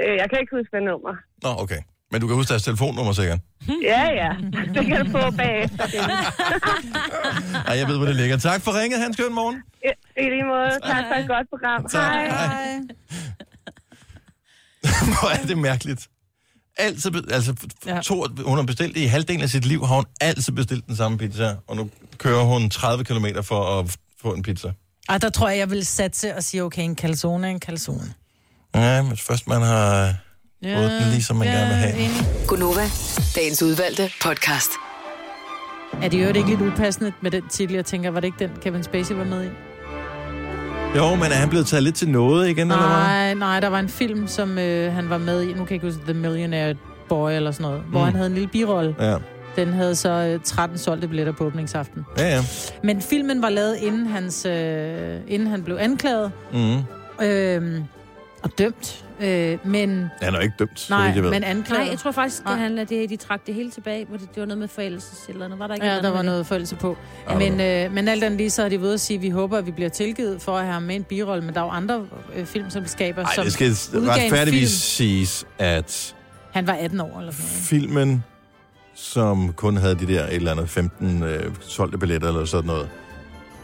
M: Øh, Jeg kan ikke huske, hvad nummer.
A: Nå, okay. Men du kan huske deres telefonnummer sikkert.
M: Ja, ja. Det kan du få bagefter.
A: Ej, jeg ved, hvor det ligger. Tak for ringet, Hans. Skøn morgen.
M: Ja, I lige måde. Tak for et godt program.
A: Tak.
M: Hej.
A: Hej. Hvor er det mærkeligt. Altid, be- altså, ja. to, hun har bestilt i halvdelen af sit liv, har hun altid bestilt den samme pizza, og nu kører hun 30 km for at få en pizza.
C: Ej, der tror jeg, jeg vil satse og sige, okay, en calzone er en calzone.
A: Ja, men først man har
C: Ja,
A: ja, fået den lige, som ligesom man ja, gerne vil have.
D: Gunova, dagens udvalgte podcast.
C: Er det jo ikke lidt upassende med den titel, jeg tænker, var det ikke den, Kevin Spacey var med i?
A: Jo, men er han blevet taget lidt til noget igen, eller hvad?
C: Nej, nej, der var en film, som øh, han var med i, nu kan jeg ikke huske, The Millionaire Boy eller sådan noget, mm. hvor
A: Mm.
C: han havde en lille birolle.
A: Ja.
C: Den havde så øh, 13 solgte billetter på åbningsaften.
A: Ja, ja.
C: Men filmen var lavet, inden, hans, øh, inden han blev anklaget
A: Mm.
C: øh, og dømt. Øh, men
A: Han er jo ikke dømt, så
C: Nej,
A: vidt jeg ved.
C: men anklaget.
B: Nej, jeg tror faktisk, at han, at det, de trak det hele tilbage, hvor det, det var noget med forældelses eller noget. Var der ikke
C: Ja,
B: andet
C: der
B: med
C: var
B: det?
C: noget forældelse på.
A: Ah,
C: Men, øh, men alt andet lige, så har de ved at sige, at vi håber, at vi bliver tilgivet for at have ham med i en birolle, men der er jo andre øh, filmselskaber,
A: Ej,
C: som
A: det skal
C: udgav en
A: retfærdigvis
C: film.
A: siges, at
C: Han var 18 år eller sådan noget.
A: filmen, som kun havde de der et eller andet 15 øh, solgte billetter eller sådan noget,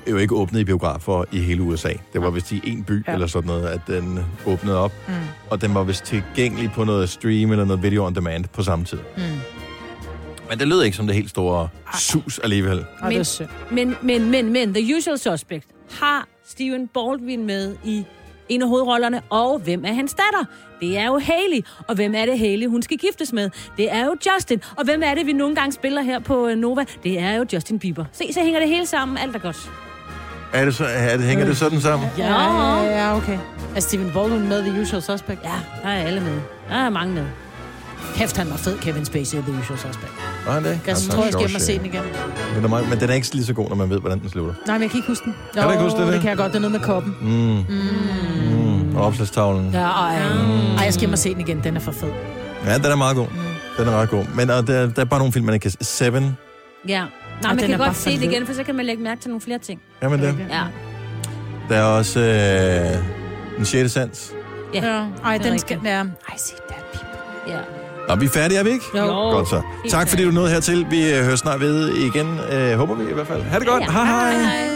A: er jo ikke åbnet i biografer i hele USA. Det var vist i en by ja. eller sådan noget, at den åbnede op.
C: Mm.
A: Og den var vist tilgængelig på noget stream eller noget video on demand på samme tid.
C: Mm.
A: Men det lød ikke som det helt store sus alligevel.
C: Ej, det er synd.
B: Men, men, men, men, The Usual Suspect har Steven Baldwin med i en af hovedrollerne, og hvem er hans datter? Det er jo Haley. Og hvem er det Haley, hun skal giftes med? Det er jo Justin. Og hvem er det, vi nogle gange spiller her på øh, Nova? Det er jo Justin Bieber. Se, så hænger det hele sammen. Alt er godt.
A: Er det så, er det, hænger det sådan sammen?
C: Ja, ja, ja, okay. Er Steven Baldwin med i The Usual Suspect? Ja,
B: der er alle med. Der er mange med.
C: Kæft, han var fed, Kevin Spacey i The Usual Suspect.
A: Var han det?
C: Jeg
A: Altså,
C: tror, jeg
A: sjov
C: skal hjem og se
A: serie.
C: den igen.
A: Den er meget, men den er ikke lige så god, når man ved, hvordan den slutter.
C: Nej, men jeg kan ikke huske den.
A: Kan du ikke huske det,
C: det?
A: det?
C: det kan jeg godt. Det er noget med koppen.
A: Mm.
C: Mm.
A: Mm. Og opslagstavlen.
C: Ja, ej. ej, jeg skal hjem og se den igen. Den er for fed.
A: Ja, den er meget god.
C: Mm.
A: Den er ret god. Men og der, der er bare nogle film, man ikke kan... Seven.
B: Ja. Nej,
C: den
B: man
C: er
B: kan
C: bare
B: godt se
C: for
B: det
C: led.
B: igen, for så kan man lægge mærke til nogle flere ting.
A: Kan man det?
B: Ja.
A: Der er også øh, Den Sjette Sands.
B: ja.
C: ja. Ej, den skal være... Ej, se that people.
B: Ja.
A: Nå, vi er færdige, er vi ikke?
C: Jo.
A: Godt så.
C: Helt
A: Tak fordi du nåede hertil. Vi øh, hører snart ved igen. Øh, håber vi i hvert fald. Ha' det godt. Ja, ja. Hej hej.
B: hej.